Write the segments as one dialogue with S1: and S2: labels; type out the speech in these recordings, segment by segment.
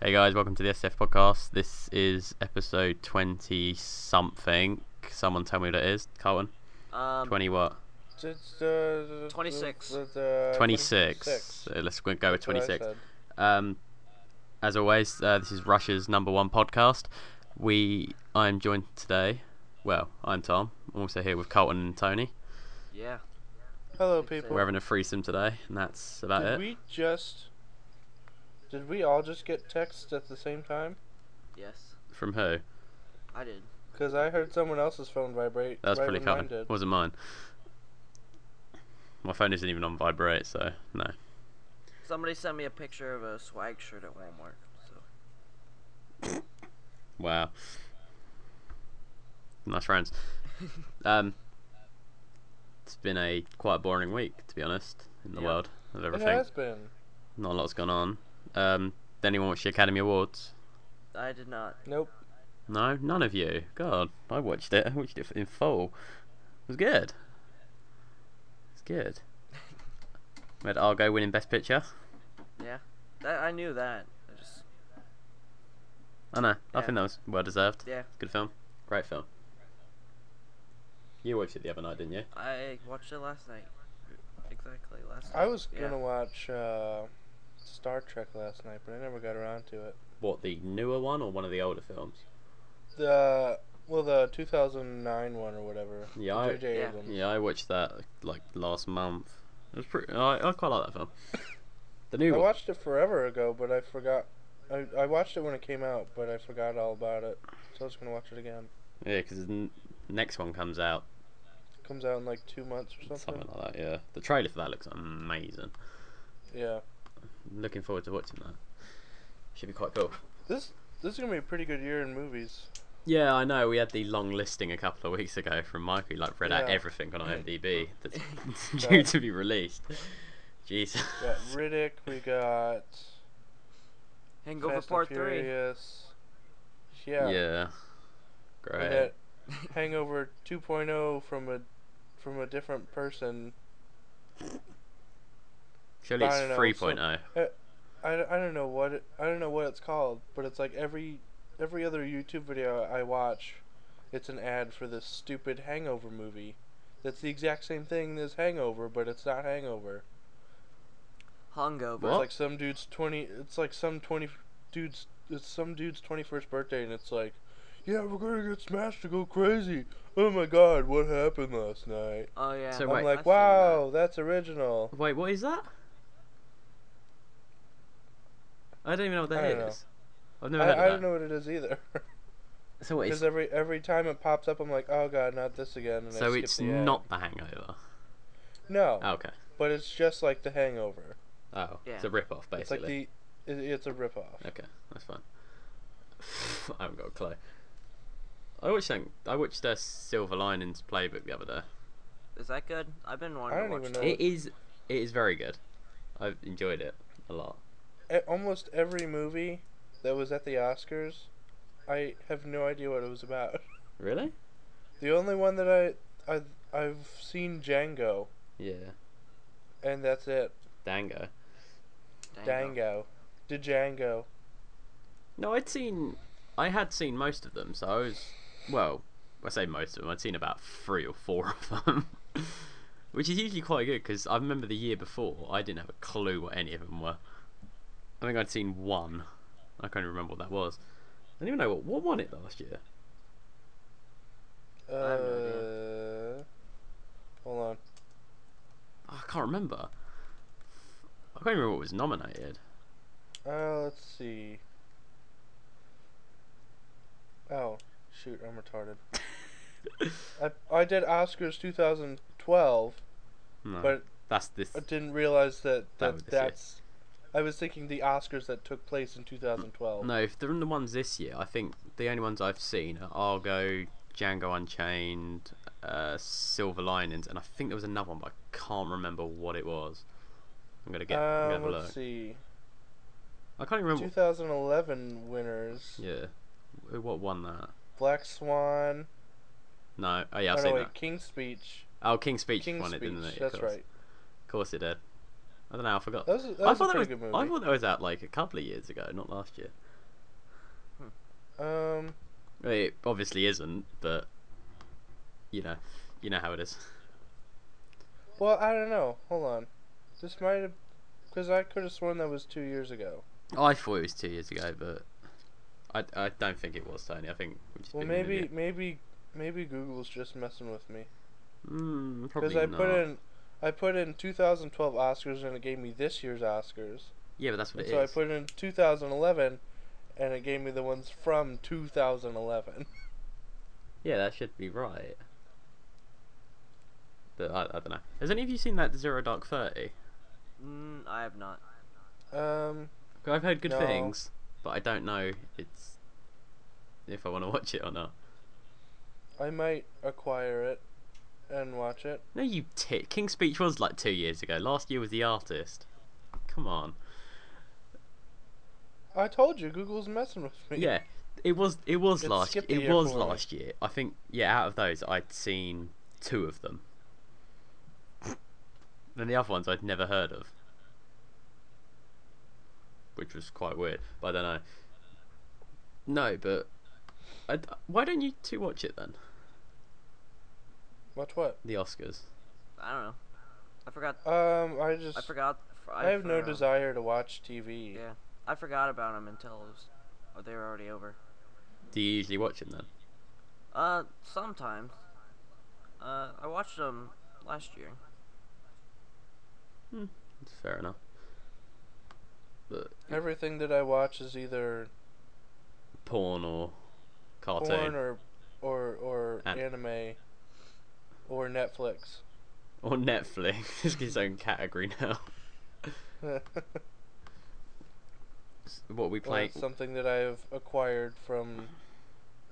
S1: Hey guys, welcome to the SF podcast. This is episode 20 something. Someone tell me what it is, Carlton.
S2: Um,
S1: 20 what?
S2: 26.
S1: 26. Uh, let's go with
S3: uh, That's what I
S1: 26.
S3: said.
S1: Um, as always, uh, this is Russia's number one podcast. We, I'm joined today. Well, I'm Tom. I'm also here with Carlton and Tony.
S2: Yeah.
S3: Hello,
S2: Six,
S3: people.
S1: We're having a threesome today, and that's about
S3: did
S1: it.
S3: we just? Did we all just get texts at the same time?
S2: Yes.
S1: From who?
S2: I did.
S3: Because I heard someone else's phone vibrate.
S1: That was
S3: right
S1: probably
S3: when mine
S1: Carlton.
S3: did.
S1: wasn't mine. My phone isn't even on vibrate, so no.
S2: Somebody sent me a picture of a swag shirt at Walmart. So
S1: Wow. Nice rounds. Um, it's been a quite boring week, to be honest, in the
S2: Yeah.
S1: world of
S3: It
S1: everything.
S3: has been.
S1: Not a lot's gone on. Um, did anyone watch the Academy Awards?
S2: I did not.
S3: Nope.
S1: No, none of you. God, I watched it. I watched it in full. It was good. It's good. We had Argo winning Best Picture.
S2: That I knew that. I just
S1: I know. I
S2: Yeah.
S1: think that was well deserved.
S2: Yeah.
S1: Good film. Great film. You watched it the other night, didn't you?
S2: I watched it last night. Exactly last night.
S3: I was
S2: Yeah.
S3: gonna watch uh, Star Trek last night, but I never got around to it.
S1: What, the newer one or one of the older films?
S3: The well, the 2009 one or whatever.
S1: Yeah,
S3: The
S1: I-
S3: J.J.
S2: Yeah.
S3: Abrams.
S1: Yeah, I watched that like last month. It was pretty. I, I quite like that film. The new
S3: I
S1: one.
S3: watched it forever ago, but I forgot. I, I watched it when it came out, but I forgot all about it. So I was gonna watch it again.
S1: Yeah, because the n- next one comes out
S3: Comes out in like two months or
S1: something like that. Yeah, the trailer for that looks amazing.
S3: Yeah.
S1: looking forward to watching that. Should be quite cool.
S3: This this is gonna be a pretty good year in movies.
S1: Yeah, I know. We had the long listing a couple of weeks ago from Mike. He like read out
S3: Yeah.
S1: everything on IMDb that's due
S3: Right.
S1: to be released. Jesus.
S3: We got Riddick, we got
S2: Hangover
S3: Fast
S2: Part
S3: and
S2: Three.
S3: Furious. Yeah.
S1: Yeah.
S3: we
S1: Great.
S3: got Hangover 2.0 from a from a different person.
S1: Surely it's oh.
S3: I don't know,
S1: 3.0.
S3: I, I don't know what it, I don't know what it's called, but it's like every every other YouTube video I watch, it's an ad for this stupid Hangover movie. That's the exact same thing as Hangover, but it's not Hangover.
S2: Hungover.
S1: What?
S3: It's like some dude's twenty. It's like some twenty dude's. It's some dude's twenty-first birthday, and it's like, yeah, we're gonna get smashed to go crazy. Oh my god, what happened last night?
S2: Oh yeah.
S1: So
S3: I'm
S1: wait.
S3: like,
S2: I've seen
S3: wow, that's original.
S1: Wait, what is that? I don't even know what that
S3: I don't know.
S1: is. I've
S3: I,
S1: never heard
S3: I
S1: of
S3: don't
S1: that.
S3: know what it is either.
S1: So what,
S3: Because
S1: it's,
S3: every every time it pops up, I'm like, oh god, not this again. And I
S1: so
S3: skip
S1: it's
S3: the ad.
S1: not The Hangover.
S3: No,
S1: Oh, okay.
S3: but it's just like The Hangover.
S1: Oh, it's
S2: Yeah.
S1: a rip-off,
S3: It's like
S1: basically.
S3: the. It, it's a ripoff.
S1: Okay, that's fine. I haven't got a clue. I watched something- I watched uh, Silver Linings Playbook the other day.
S2: that. Is that good? I've been wanting
S3: I
S2: to
S3: don't
S2: watch
S3: even
S2: that.
S3: know.
S1: It is. It is very good. I've enjoyed it a lot.
S3: E- almost every movie that was at the Oscars, I have no idea what it was about.
S1: Really?
S3: The only one that I, I I've seen Django,
S1: Yeah.
S3: and that's it.
S1: Dango.
S2: Dango.
S3: Dango, the Django.
S1: No, I'd seen. I had seen most of them, so I was. Well, I say most of them. I'd seen about three or four of them, which is usually quite good because I remember the year before I didn't have a clue what any of them were. I think I'd seen one. I can't even remember what that was. I don't even know what what won it last year.
S3: Uh,
S2: have
S3: hold on.
S1: Ah, I can't remember. I can't remember what was nominated.
S3: Uh, let's see. Oh, shoot! I'm retarded. I I did Oscars 2012,
S1: No,
S3: but
S1: that's this.
S3: I didn't realize that
S1: That was
S3: that
S1: this year.
S3: that's. I was thinking the Oscars that took place in 2012.
S1: No, if they're in the ones this year, I think the only ones I've seen are Argo, Django Unchained, uh, Silver Linings, and I think there was another one, but I can't remember what it was. I'm gonna get. I'm gonna
S3: um,
S1: have a
S3: let's
S1: look.
S3: see.
S1: I can't even remember.
S3: 2011 winners.
S1: Yeah, Wh- what won that?
S3: Black Swan.
S1: No, oh yeah, I've
S3: oh, no,
S1: seen
S3: wait,
S1: that.
S3: King's Speech.
S1: Oh, King's Speech
S3: King's
S1: won
S3: Speech.
S1: it, didn't it? Of
S3: that's
S1: course.
S3: right.
S1: Of course it did. I don't know. I forgot.
S3: That was, that
S1: I
S3: was
S1: thought
S3: a
S1: that
S3: pretty
S1: was.
S3: good movie.
S1: I thought that was out like a couple of years ago, not last year.
S3: Um,
S1: Well, It obviously isn't, but you know, you know how it is.
S3: well, I don't know. Hold on. This might have. Because I could have sworn that was two years ago.
S1: I thought it was two years ago, but I, I don't think it was Tony. I think we just
S3: Well,
S1: been
S3: maybe, maybe, maybe Google's just messing with me.
S1: mm,
S3: Because
S1: probably
S3: I
S1: not.
S3: put in, I put in 2012 Oscars and it gave me this year's Oscars.
S1: yeah, but that's what
S3: And
S1: it
S3: so I
S1: is.
S3: put in 2011, and it gave me the ones from 2011.
S1: Yeah, that should be right. But I, I don't know. Has any of you seen that Zero Dark Thirty?
S2: Mm, I have not.
S3: Um,
S1: I've heard good
S3: No.
S1: things, but I don't know it's if I want to watch it or not.
S3: I might acquire it and watch it.
S1: No, you tit. King's Speech was like two years ago. Last year was The Artist. Come on.
S3: I told you, Google's messing with me.
S1: Yeah, it was. It was
S3: It
S1: last.
S3: skipped a
S1: It
S3: year
S1: was
S3: for me.
S1: last year. I think. Yeah, out of those, I'd seen two of them. And the other ones I'd never heard of, which was quite weird. But I don't know. No, but I d why don't you two watch it then?
S3: Watch what?
S1: The Oscars.
S2: I don't know. I forgot.
S3: Um, I just.
S2: I forgot.
S3: I have no
S2: forgot-
S3: desire to watch TV.
S2: Yeah. I forgot about them until it was, oh, they were already over.
S1: Do you usually watch them then?
S2: Uh, sometimes. Uh, I watched them last year.
S1: It's fair enough. But
S3: Everything that I watch is either
S1: porn or cartoon.
S3: porn or, or, or
S1: An-
S3: anime or Netflix.
S1: Or Netflix. it's his own category now. S- What we
S3: Well,
S1: playing?
S3: it's something that I have acquired from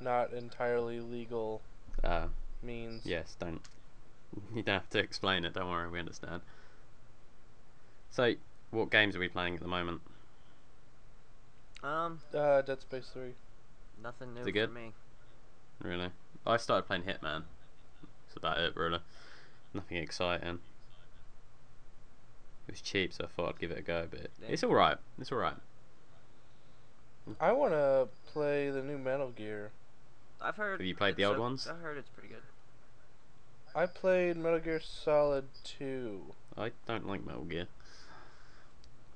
S3: not entirely legal
S1: Uh,
S3: means.
S1: yes, don't. You don't have to explain it. Don't worry, we understand. So, what games are we playing at the moment?
S2: Um,
S3: Uh, Dead Space 3.
S2: nothing new
S1: it good?
S2: for me.
S1: Really, I started playing Hitman. That's about it, really. Nothing exciting. It was cheap, so I thought I'd give it a go. But
S2: Yeah.
S1: it's all right. It's all right.
S3: I want to play the new Metal Gear.
S2: I've heard.
S1: Have you played the
S2: it's
S1: old
S2: o-
S1: ones?
S2: I heard it's pretty good.
S3: I played Metal Gear Solid 2.
S1: I don't like Metal Gear.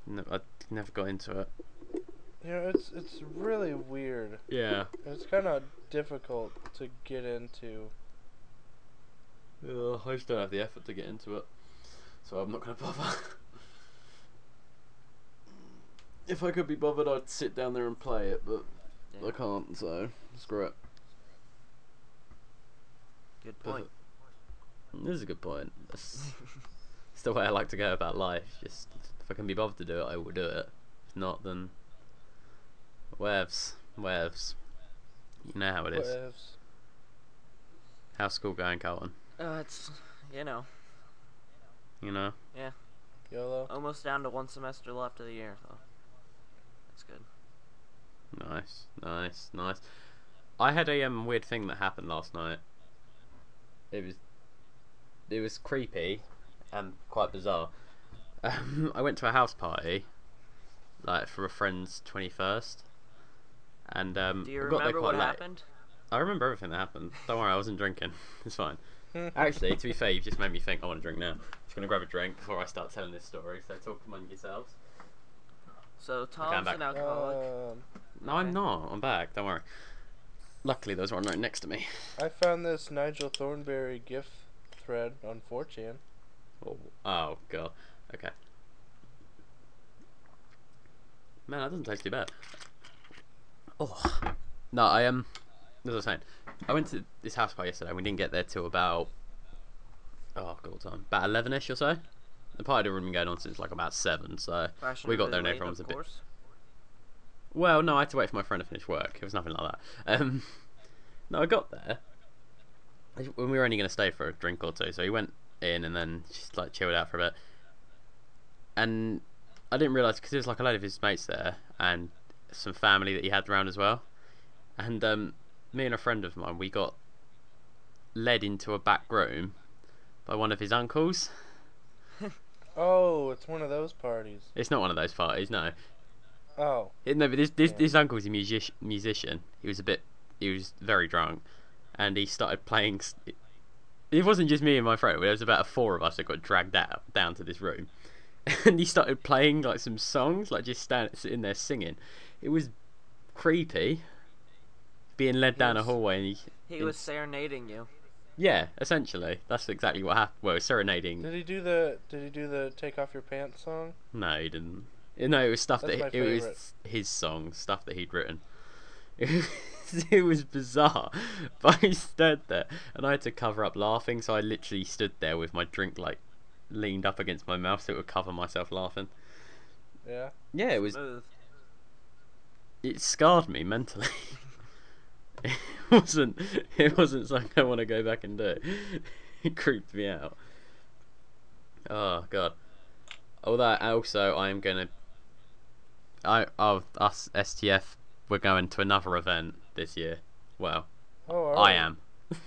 S1: No, I never got into it.
S3: You know, it's it's really weird.
S1: Yeah.
S3: It's kind of difficult to get into.
S1: I just don't have the effort to get into it, so I'm not gonna bother. if I could be bothered, I'd sit down there and play it, but
S2: Yeah,
S1: I can't, so screw it.
S2: good point.
S1: Hmm, This is a good point. That's, it's the way I like to go about life. Just if I can be bothered to do it, I will do it. If not, then waves, waves. You know how Oh, it is.
S3: Whatevs.
S1: How's school going, Carlton?
S2: Uh, it's you know
S1: You know.
S3: YOLO.
S2: almost down to one semester left of the year, so that's good.
S1: Nice, nice, nice. I had a um, weird thing that happened last night. It was, it was creepy, and quite bizarre. Um, I went to a house party, like for a friend's twenty first, and um,
S2: Do you
S1: I got there
S2: remember
S1: quite
S2: what
S1: late.
S2: happened?
S1: I remember everything that happened. Don't worry, I wasn't drinking. It's fine.
S3: Hmm.
S1: Actually, to be fair, you've just made me think I want to drink now. just gonna grab a drink before I start telling this story. So talk among yourselves.
S2: So Tom's
S1: back.
S2: an alcoholic.
S3: um,
S1: No,
S2: Okay.
S1: I'm not. I'm back. Don't worry. Luckily, there's one right next to me.
S3: I found this Nigel Thornberry GIF thread on 4chan.
S1: Oh, oh god. Okay. Man, that doesn't taste too bad. Oh. No, I um as I was saying, I went to this house party yesterday and we didn't get there till about oh god what time. About eleven ish or so. The party had been going on since like about seven, so we got there and
S2: Fashionably late,
S1: everyone was a
S2: of
S1: bit
S2: course.
S1: well, no, I had to wait for my friend to finish work. It was nothing like that. Um, no, I got there. I- When we were only going to stay for a drink or two, so he went in and then just like chilled out for a bit. And I didn't realise because there was like a load of his mates there and some family that he had around as well. And um, me and a friend of mine, we got led into a back room by one of his uncles.
S3: Oh, it's one of those parties.
S1: It's not one of those parties, no.
S3: Oh,
S1: Yeah, No, but this this,
S3: Yeah.
S1: this uncle's a music- musician. He was a bit, he was very drunk, and he started playing. s- It, it wasn't just me and my friend. There was about four of us that got dragged out down to this room, and he started playing like some songs, like just stand, sitting there singing. It was creepy. Being led down a
S3: was-
S1: hallway, and he,
S2: He
S1: In-
S2: was serenading you.
S1: yeah, essentially, that's exactly what happened. Well, serenading.
S3: did he do the Did he do the take off your pants song?
S1: No, he didn't. No, it was stuff
S3: That's
S1: that
S3: my
S1: it was
S3: favourite.
S1: his song, stuff that he'd written. It was, it was bizarre, but I stood there and I had to cover up laughing, so I literally stood there with my drink like leaned up against my mouth so it would cover myself laughing.
S3: Yeah.
S1: Yeah, it was.
S2: Smooth.
S1: It scarred me mentally. it wasn't. It wasn't something I want to go back and do. It creeped me out. Oh god. Although also I'm gonna. I oh us STF we're going to another event this year. Well,
S3: Oh, all
S1: I
S3: right.
S1: am.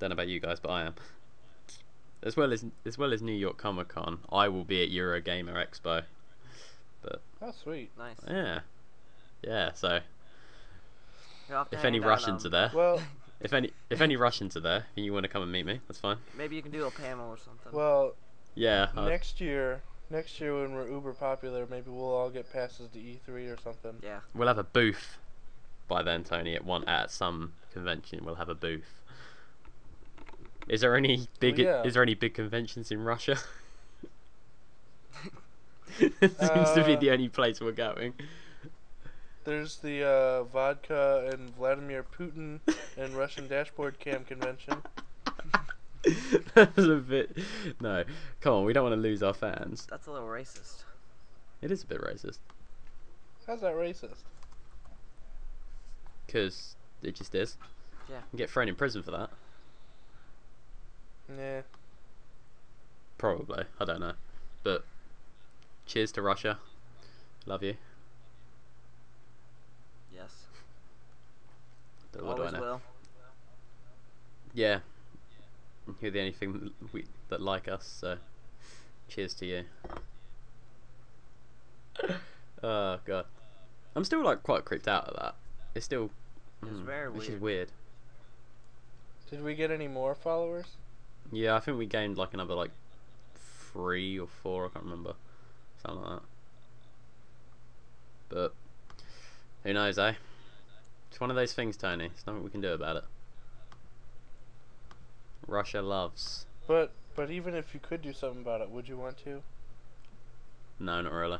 S1: Don't know about you guys, but I am. As well as as well as New York Comic Con, I will be at Eurogamer Expo.
S3: Oh, sweet.
S2: Nice.
S1: Yeah, yeah. So
S2: You'll have to
S1: if
S2: hang
S1: any
S2: down,
S1: Russians
S2: um,
S1: are there,
S3: Well,
S1: if any if any Russians are there and you want to come and meet me, that's fine.
S2: Maybe you can do a panel or something.
S3: well,
S1: Yeah, uh, I-
S3: next year, next year when we're uber popular, maybe we'll all get passes to E3 or something.
S2: yeah.
S1: we'll have a booth by then, Tony. At one at some convention, we'll have a booth. Is there any big
S3: Oh, yeah.
S1: is there any big conventions in Russia? it seems to be
S3: Uh,
S1: the only place we're going.
S3: There's the uh, vodka and Vladimir Putin and Russian dashboard cam convention.
S1: That's a bit. No, come on, we don't want to lose our fans.
S2: That's a little racist.
S1: It is a bit racist
S3: How's that racist?
S1: because it just is.
S2: Yeah.
S1: You get thrown in prison for that.
S3: Yeah.
S1: Probably. I don't know. But cheers to Russia. Love you.
S2: Yes.
S1: But what do I
S2: Always
S1: know?
S2: will.
S1: Yeah. You're the only thing that we, that like us, so cheers to you. oh god. I'm still like quite creeped out of that. It's still
S2: It's
S1: mm,
S2: very
S1: which is weird.
S2: weird.
S3: Did we get any more followers?
S1: Yeah, I think we gained like another like three or four, I can't remember. Something like that. But who knows, eh? It's one of those things, Tony. There's nothing we can do about it. Russia loves.
S3: But but even if you could do something about it, would you want to?
S1: No, not really.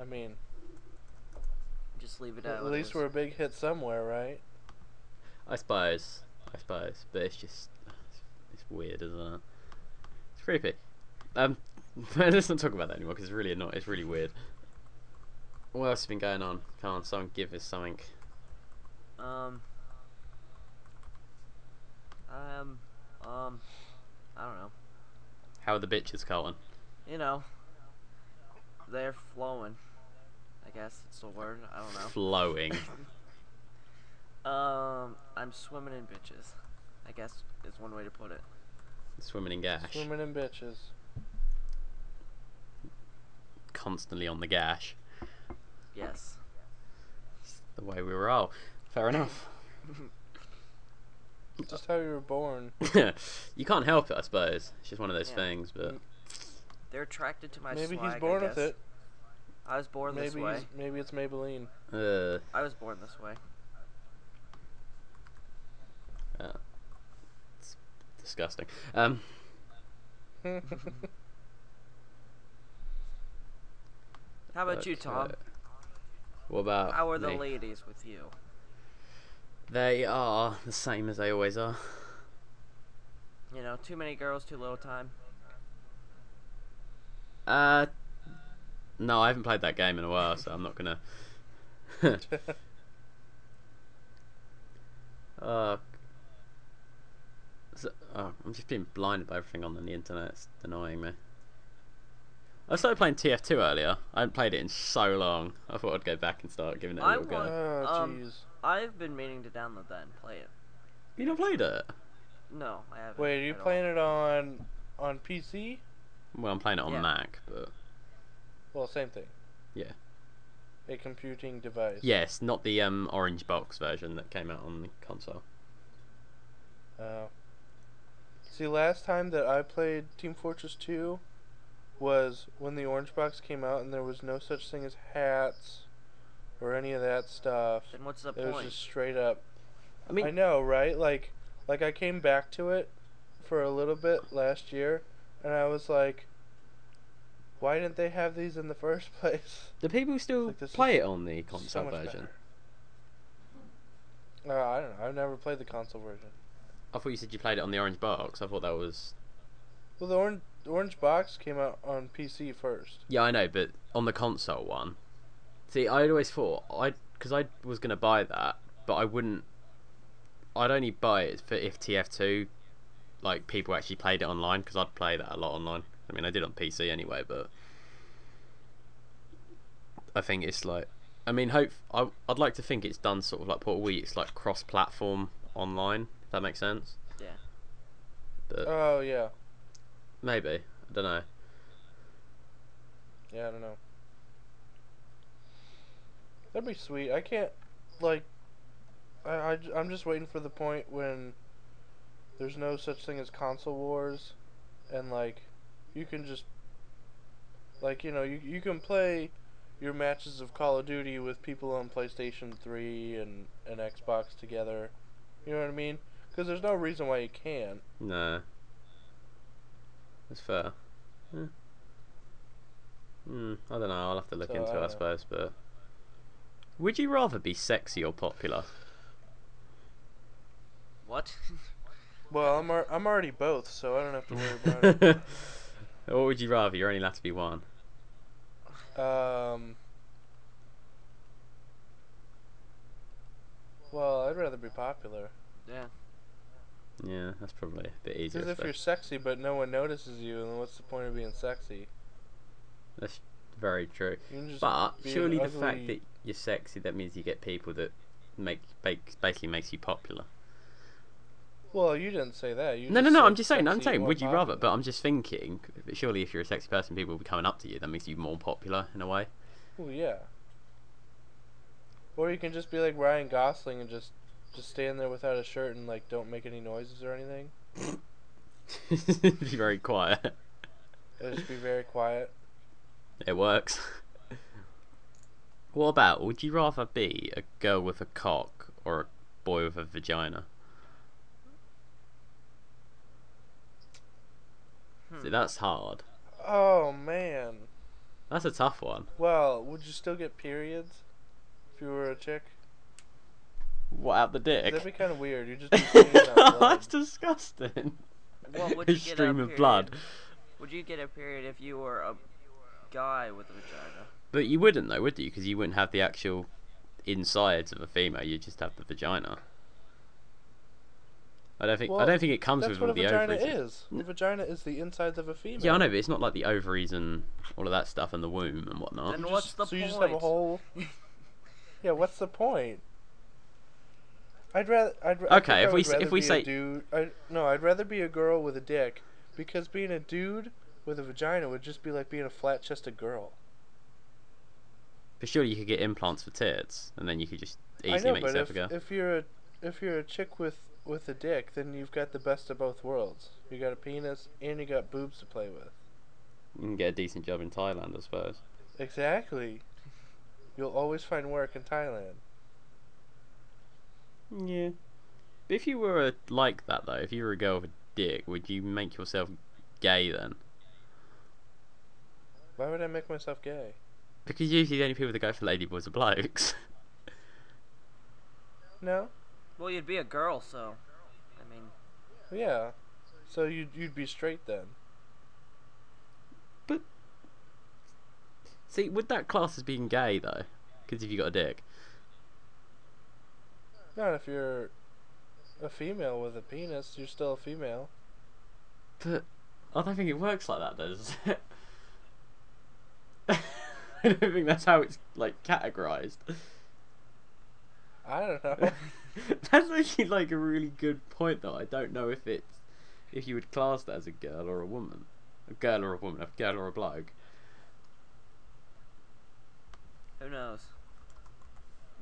S3: I mean,
S2: Just leave it out.
S3: at least we're a big hit somewhere, right?
S1: I suppose. I suppose. But it's just. It's, it's weird, isn't it? It's creepy. Um, let's not talk about that anymore because it's really annoying. It's really weird. What else has been going on? Come on, someone give us something.
S2: Um. Um. Um. I don't know.
S1: How are the bitches, Colin?
S2: You know. They're flowing. I guess it's the word. I don't know.
S1: Flowing.
S2: Um, I'm swimming in bitches. I guess is one way to put it.
S1: Swimming in gash.
S3: Swimming in bitches.
S1: Constantly on the gash.
S2: Yes.
S1: It's the way we roll. Fair enough.
S3: Just how you were born.
S1: you can't help it, I suppose. It's just one of those
S2: Yeah.
S1: things, but.
S2: They're attracted to my
S3: Maybe
S2: swag.
S3: he's born
S2: I
S3: with
S2: guess.
S3: it.
S2: I was born this
S3: Maybe
S2: way.
S3: he's, maybe it's Maybelline.
S1: Uh,
S2: I was born this way.
S1: uh, disgusting. Um,
S2: How about you,
S1: okay.
S2: Tom?
S1: What about.
S2: How are the
S1: uh, oh, me?
S2: ladies with you?
S1: They are the same as they always are.
S2: You know, too many girls, too little time.
S1: Uh, no, I haven't played that game in a while, so I'm not gonna. uh, so, oh, I'm just being blinded by everything on the internet. It's annoying me. I started playing TF2 earlier. I haven't played it in so long. I thought I'd go back and start giving it a
S2: I
S1: little go.
S2: want-
S3: oh
S2: Um,
S3: jeez.
S2: I've been meaning to download that and play it.
S1: You not played it?
S2: No, I haven't.
S3: Wait, are you
S2: at all.
S3: playing it on on PC?
S1: Well, I'm playing it on
S2: Yeah.
S1: Mac, but
S3: Well, same thing.
S1: Yeah.
S3: A computing device.
S1: Yes, not the um, orange box version that came out on the console.
S3: Oh. See, last time that I played Team Fortress 2 was when the orange box came out and there was no such thing as hats or any of that stuff.
S2: Then what's the
S3: It was
S2: point?
S3: just straight up.
S1: I mean,
S3: I know, right? Like, like I came back to it for a little bit last year, and I was like, "Why didn't they have these in the first place?"
S1: do people still
S3: Like, this
S1: play it on the
S3: So
S1: console
S3: much
S1: version?
S3: better. Uh, I don't know. I've never played the console version.
S1: I thought you said you played it on the orange box. I thought that was
S3: Well, the orange orange box came out on PC first.
S1: Yeah, I know, but on the console one. See, I always thought I because I was gonna buy that, but I wouldn't. I'd only buy it for if TF2, like people actually played it online, because I'd play that a lot online. I mean, I did on PC anyway, but I think it's like, I mean, hope I I'd like to think it's done sort of like Portal Wii. It's like cross-platform online. If that makes sense.
S2: Yeah.
S1: But
S3: Oh yeah,
S1: maybe I don't know.
S3: yeah. I don't know. That'd be sweet. I can't, like, I, I j- I'm just waiting for the point when there's no such thing as console wars, and like, you can just, like, you know, you you can play your matches of Call of Duty with people on PlayStation Three and and Xbox together. You know what I mean? Because there's no reason why you can't.
S1: No. That's fair. Yeah. Hmm, I don't know. I'll have to look
S3: So,
S1: into
S3: I
S1: it, I
S3: dunno.
S1: suppose. But would you rather be sexy or popular?
S2: What?
S3: Well, I'm ar- I'm already both, so I don't have to worry about it.
S1: what would you rather? You're only allowed to be one.
S3: Um. Well, I'd rather be popular.
S2: yeah.
S1: Yeah, that's probably a bit easier.
S3: Because
S1: I
S3: if you're
S1: suppose.
S3: sexy but no one notices you, then what's the point of being sexy?
S1: That's very true.
S3: You can just
S1: But
S3: be an
S1: surely the
S3: ugly-
S1: fact that you're sexy that means you get people that make, make basically makes you popular.
S3: Well, you didn't say that. You
S1: No, no,
S3: just
S1: no.
S3: said
S1: I'm just saying. I'm
S3: sexy
S1: saying.
S3: or
S1: Would you rather? But
S3: popular.
S1: I'm just thinking. Surely, if you're a sexy person, people will be coming up to you. That makes you more popular in a way.
S3: Well, yeah. Or you can just be like Ryan Gosling and just just stand there without a shirt and like don't make any noises or anything.
S1: be very quiet.
S3: And just be very quiet.
S1: It works. what about? Would you rather be a girl with a cock or a boy with a vagina?
S2: Hmm.
S1: See, that's hard.
S3: Oh man.
S1: That's a tough one.
S3: Well, would you still get periods if you were a chick?
S1: What out the dick?
S3: That'd be kind of weird. You just be seeing that blood.
S1: that's disgusting.
S2: What would you get?
S1: stream
S2: a
S1: of
S2: period-
S1: blood.
S2: Would you get a period if you were a guy with a vagina?
S1: But you wouldn't though, would you? Because you wouldn't have the actual insides of a female. You just have the vagina. I don't think. I
S3: Well,
S1: don't think it comes
S3: That's
S1: with
S3: what
S1: all
S3: a
S1: the
S3: vagina
S1: ovaries.
S3: is. A vagina is the insides of a female.
S1: Yeah, I know, but it's not like the ovaries and all of that stuff and the womb and whatnot.
S2: Then
S3: You
S2: what's
S3: just-
S2: the
S3: so you just have a
S2: point?
S3: whole. yeah, what's the point? I'd rather. I'd, ra- I
S1: Okay,
S3: think I
S1: if
S3: would
S1: we s- if
S3: rather
S1: we
S3: be a
S1: say-
S3: dude. I, no, I'd rather be a girl with a dick, because being a dude with a vagina would just be like being a flat-chested girl.
S1: But surely you could get implants for tits, and then you could just easily
S3: I know,
S1: make
S3: but
S1: yourself
S3: if,
S1: a girl.
S3: if you're a if you're a chick with with a dick, then you've got the best of both worlds. You got a penis and you got boobs to play with.
S1: You can get a decent job in Thailand, I suppose.
S3: Exactly. You'll always find work in Thailand.
S1: Yeah. But if you were a, like that though, if you were a girl with a dick, would you make yourself gay then?
S3: Why would I make myself gay?
S1: Because usually the only people that go for ladyboys are blokes.
S3: No.
S2: Well, you'd be a girl, so. I mean,
S3: Yeah. So you'd you'd be straight then.
S1: See, would that class as being gay though? Because if you got a dick,
S3: Not if you're a female with a penis. You're still a female.
S1: but I don't think it works like that, does it? I don't think that's how it's like categorized.
S3: I don't know.
S1: That's actually like a really good point, though. I don't know if it's if you would class that as a girl or a woman, a girl or a woman, a girl or a bloke.
S2: Who knows?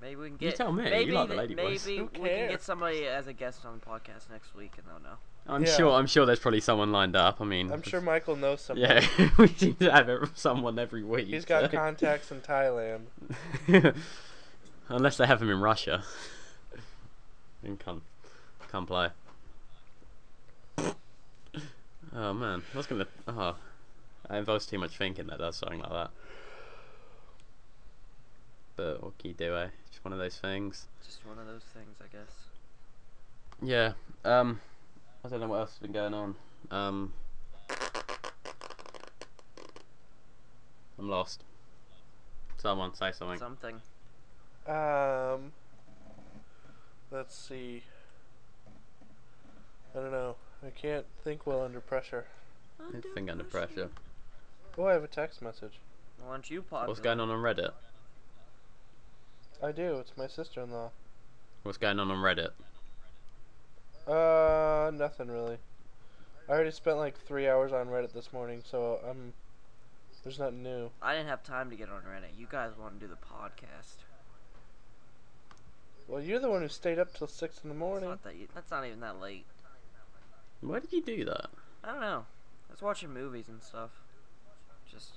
S2: Maybe we can
S1: You
S2: get.
S1: tell me, you
S2: Maybe
S1: like the
S2: th-
S1: Ladyboys.
S2: Maybe
S3: Who
S2: we can get
S3: cares?
S2: somebody as a guest on the podcast next week, and they'll know.
S1: I'm
S3: Yeah.
S1: sure. I'm sure there's probably someone lined up. I mean,
S3: I'm sure Michael knows something.
S1: Yeah, we seem to have every- someone every week.
S3: He's got
S1: so-
S3: contacts in Thailand.
S1: Unless they have him in Russia. Then come, come play. Oh man, that's gonna. Oh, that involves too much thinking. That does something like that. But what can you do? Eh? It's one of those things.
S2: Just one of those things, I guess.
S1: Yeah. Um, I don't know what else has been going on. Um, I'm lost. Someone say something.
S2: Something.
S3: Um, let's see. I don't know. I can't think well under pressure.
S1: I think under pressure.
S3: Oh, I have a text message.
S2: Why aren't you popular?
S1: What's going on on Reddit?
S3: I do. It's my sister-in-law.
S1: What's going on on Reddit?
S3: Uh, nothing really. I already spent like three hours on Reddit this morning, so I'm. There's nothing new.
S2: I didn't have time to get on Reddit. You guys want to do the podcast?
S3: Well, you're the one who stayed up till six in the
S2: It's
S3: morning.
S2: not that. You, that's not even that late.
S1: Why did you do that?
S2: I don't know. I was watching movies and stuff. Just.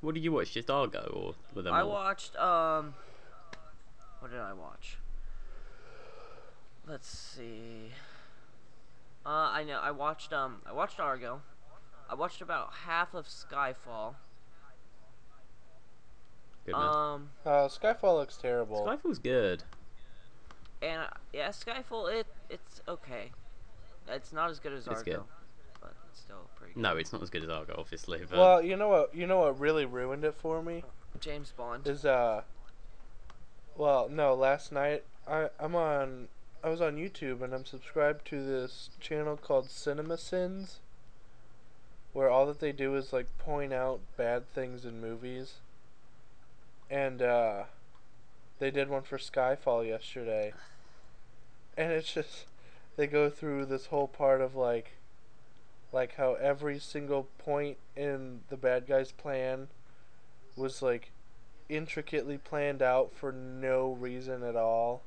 S1: What did you watch? Just Argo or with them
S2: I
S1: all?
S2: watched um what did I watch? Let's see. Uh I know I watched um I watched Argo. I watched about half of Skyfall.
S1: Good man.
S2: Um
S3: Uh, Skyfall looks terrible.
S1: Skyfall's good.
S2: and I, yeah, Skyfall it it's okay. It's not as good as
S1: It's
S2: Argo.
S1: good.
S2: But it's still pretty good.
S1: No, it's not as good as Argo, obviously. But
S3: well, you know what? You know what really ruined it for me
S2: James Bond.
S3: is uh. Well, no. Last night I I'm on I was on YouTube and I'm subscribed to this channel called Cinema Sins, where all that they do is like point out bad things in movies. And uh, they did one for Skyfall yesterday, and it's just they go through this whole part of like like how every single point in the bad guy's plan was like intricately planned out for no reason at all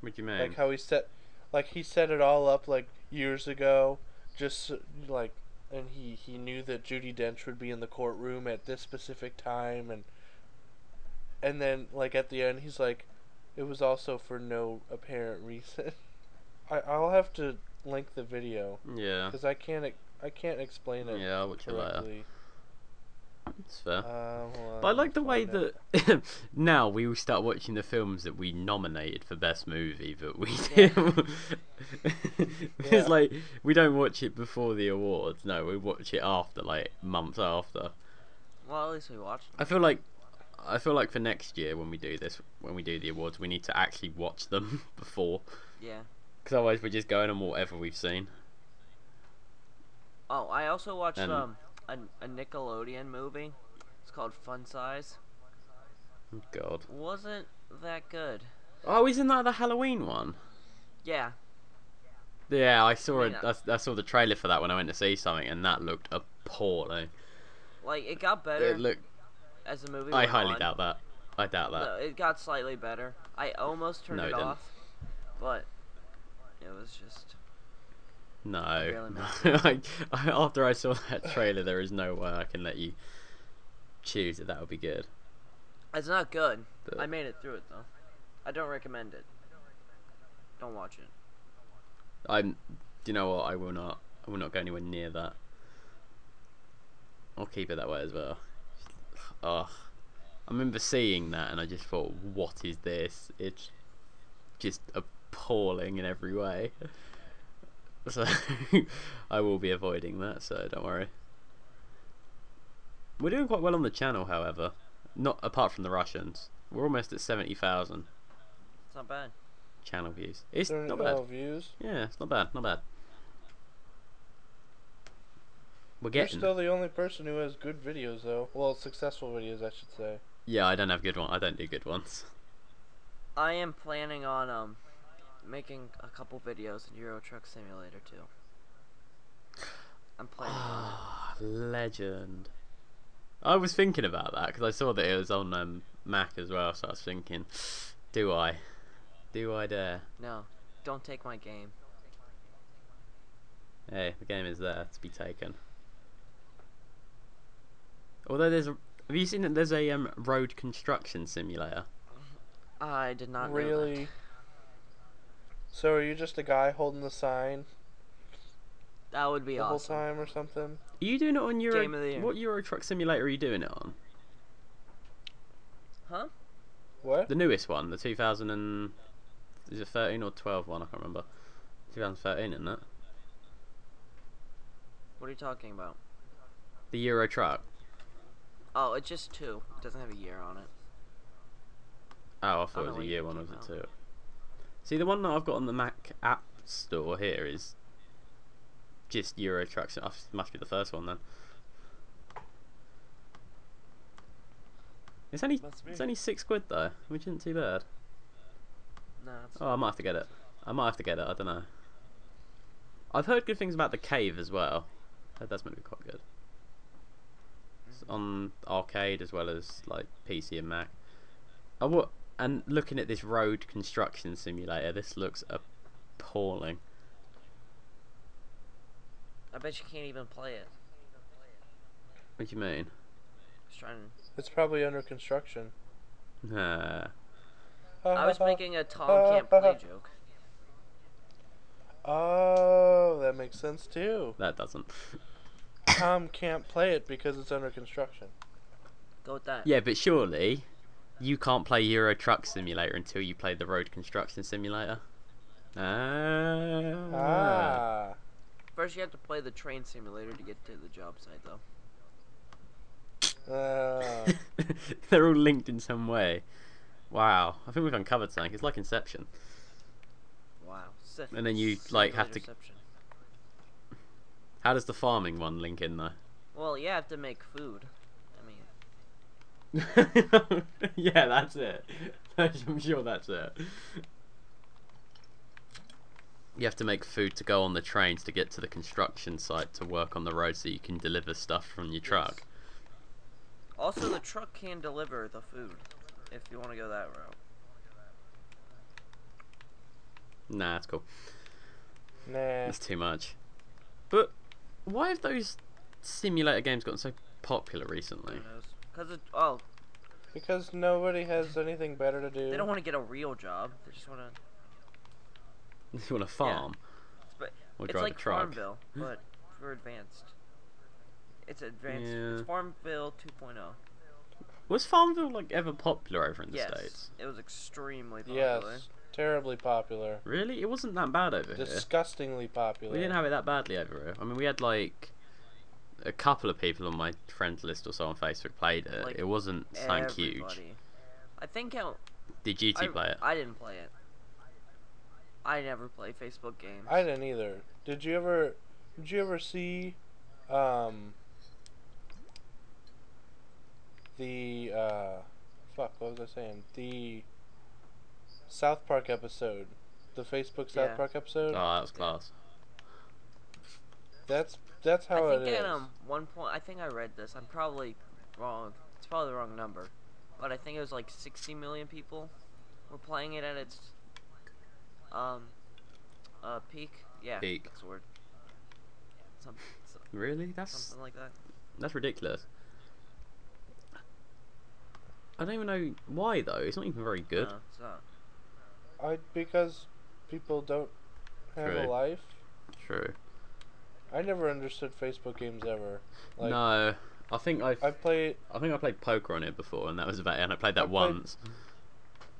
S1: what do you mean?
S3: like how he set like he set it all up like years ago just so- like and he he knew that Judy Dench would be in the courtroom at this specific time and and then like at the end he's like it was also for no apparent reason I I'll have to link the video
S1: yeah,
S3: cuz I can't ex- I can't explain it
S1: yeah, I'll watch it later.
S3: correctly
S1: It's fair.
S3: uh, hold on,
S1: But I
S3: let me
S1: like the way
S3: find it.
S1: that now we will start watching the films that we nominated for best movie, but we
S2: Yeah.
S3: Yeah.
S1: it's like we don't watch it before the awards. No, we watch it after, like months after.
S2: Well, at least we watched.
S1: I feel like I feel like for next year when we do this, when we do the awards, we need to actually watch them before,
S2: Yeah.
S1: because otherwise we're just going on whatever we've seen.
S2: Oh, I also watched
S1: And-
S2: um a, a Nickelodeon movie. It's called Fun Size.
S1: Oh, God.
S2: Wasn't that good?
S1: Oh, isn't that the Halloween one?
S2: Yeah,
S1: Yeah, I saw it.
S2: Yeah.
S1: I, I saw the trailer for that when I went to see something, and that looked appalling.
S2: like it got better
S1: It looked
S2: as the movie.
S1: I
S2: went
S1: highly
S2: on.
S1: doubt that. I doubt that.
S2: No, it got slightly better. I almost turned
S1: No, it
S2: it
S1: didn't.
S2: off, but it was just.
S1: No.
S2: Really
S1: no.
S2: not.
S1: I, I, after I saw that trailer, there is no way I can let you choose that that would be good.
S2: It's not good.
S1: But
S2: I made it through it though. I don't recommend it. Don't watch it.
S1: I'm. Do you know what? I will not. I will not go anywhere near that. I'll keep it that way as well. Ugh. I remember seeing that and I just thought, what is this? It's just appalling in every way. So I will be avoiding that. So don't worry. We're doing quite well on the channel, however. Not apart from the Russians. We're almost at seventy thousand
S2: It's not bad.
S1: channel views. It's
S3: There are
S1: not
S3: no
S1: bad.
S3: views.
S1: Yeah, it's not bad, not bad. We're
S3: You're
S1: getting.
S3: still the only person who has good videos though. Well, successful videos, I should say.
S1: Yeah, I don't have good one. I don't do good ones.
S2: I am planning on um making a couple videos in Euro Truck Simulator too. I'm planning. on it.
S1: Ah, legend. I was thinking about that because I saw that it was on um, Mac as well, so I was thinking, do I? Do I dare?
S2: No, don't take my game.
S1: Hey, the game is there to be taken. Although there's, a, have you seen that there's a um, road construction simulator?
S2: I did not know that.
S3: really? So are you just a guy holding the sign
S2: that. would be
S3: the whole
S2: awesome.
S3: time or something?
S1: Are you doing it on Euro?
S2: Game of the year.
S1: What Euro Truck Simulator are you doing it on?
S2: Huh?
S3: What?
S1: The newest one, the 2000 and is it 13 or 12 one? I can't remember. 2013, isn't it?
S2: What are you talking about?
S1: The Euro Truck.
S2: Oh, it's just two. It doesn't have a year on it.
S1: Oh, I
S2: I
S1: thought it
S2: know
S1: was a
S2: what
S1: year
S2: you're
S1: one, was
S2: talking
S1: it two? See, the one that I've got on the Mac App Store here is just Euro Truck. Sim- oh, must be the first one then. It's only
S3: Must
S1: it's
S3: be.
S1: only six quid though, which isn't too bad.
S2: No, it's
S1: Oh, I might have to get it. I might have to get it. I don't know. I've heard good things about the cave as well. Heard that's meant to be quite good. It's on arcade as well as like PC and Mac. I wa- and looking at this road construction simulator, this looks appalling.
S2: I bet you can't even play it.
S1: What do you mean?
S2: Just trying to-
S3: It's probably under construction.
S1: Nah.
S2: I was making a Tom can't play joke.
S3: Oh, that makes sense too.
S1: that doesn't.
S3: Tom can't play it because it's under construction.
S2: Go with that.
S1: Yeah, but surely you can't play Euro Truck Simulator until you play the Road Construction Simulator.
S2: Hmm.
S1: Ah.
S3: Ah.
S2: First, you have to play the train simulator to get to the job site, though.
S3: Ah.
S1: They're all linked in some way. Wow, I think we've uncovered something. It's like Inception.
S2: Wow. Si-
S1: And then you, like, have to-
S2: simulatorception.
S1: How does the farming one link in though?
S2: Well, you have to make food. I mean,
S1: yeah, that's it. I'm sure that's it. You have to make food to go on the trains to get to the construction site to work on the road so you can deliver stuff from your truck.
S2: also the truck can deliver the food if you want to go that route.
S1: Nah, that's cool.
S3: nah.
S1: That's too much. But why have those simulator games gotten so popular recently?
S2: Who knows? Because it, oh,
S3: Because nobody has anything better to do.
S2: they don't want to get a real job. They just want to.
S1: You want to farm
S2: but
S1: or
S2: it's
S1: drive
S2: like
S1: a truck?
S2: Farmville, but for advanced. It's advanced. It's
S1: Yeah.
S2: Farmville 2.0.
S1: Was Farmville like ever popular over in the
S2: Yes,
S1: states?
S2: it was extremely popular.
S3: Yes. Terribly popular.
S1: Really, it wasn't that bad over here.
S3: Disgustingly popular.
S1: We didn't have it that badly over here. I mean, we had like a couple of people on my friends list or so on Facebook played it.
S2: Like,
S1: it wasn't something huge.
S2: Everybody. I think how
S1: Did you two
S2: I,
S1: play it?
S2: I didn't play it. I never play Facebook games.
S3: I didn't either. Did you ever? Did you ever see, um, the uh, fuck? What was I saying? The South Park episode, the Facebook South
S2: Yeah.
S3: Park
S1: oh,
S3: episode.
S1: that was class.
S3: That's that's
S2: I
S3: how it
S2: think
S3: is.
S2: at um one point I think I read this. I'm probably wrong. It's probably the wrong number, but I think it was like 60 million people were playing it at its um uh peak. Yeah,
S1: Peak.
S2: that's the word. Some, so-
S1: Really? That's
S2: something like that.
S1: that's ridiculous. I don't even know why though. It's not even very good.
S2: No, it's not.
S3: I because people don't have a
S1: True.
S3: life.
S1: True.
S3: I never understood Facebook games ever. Like
S1: no, I think I've,
S3: I
S1: i
S3: played
S1: think I played poker on it before, and that was about it. And I played that
S3: I played-
S1: once.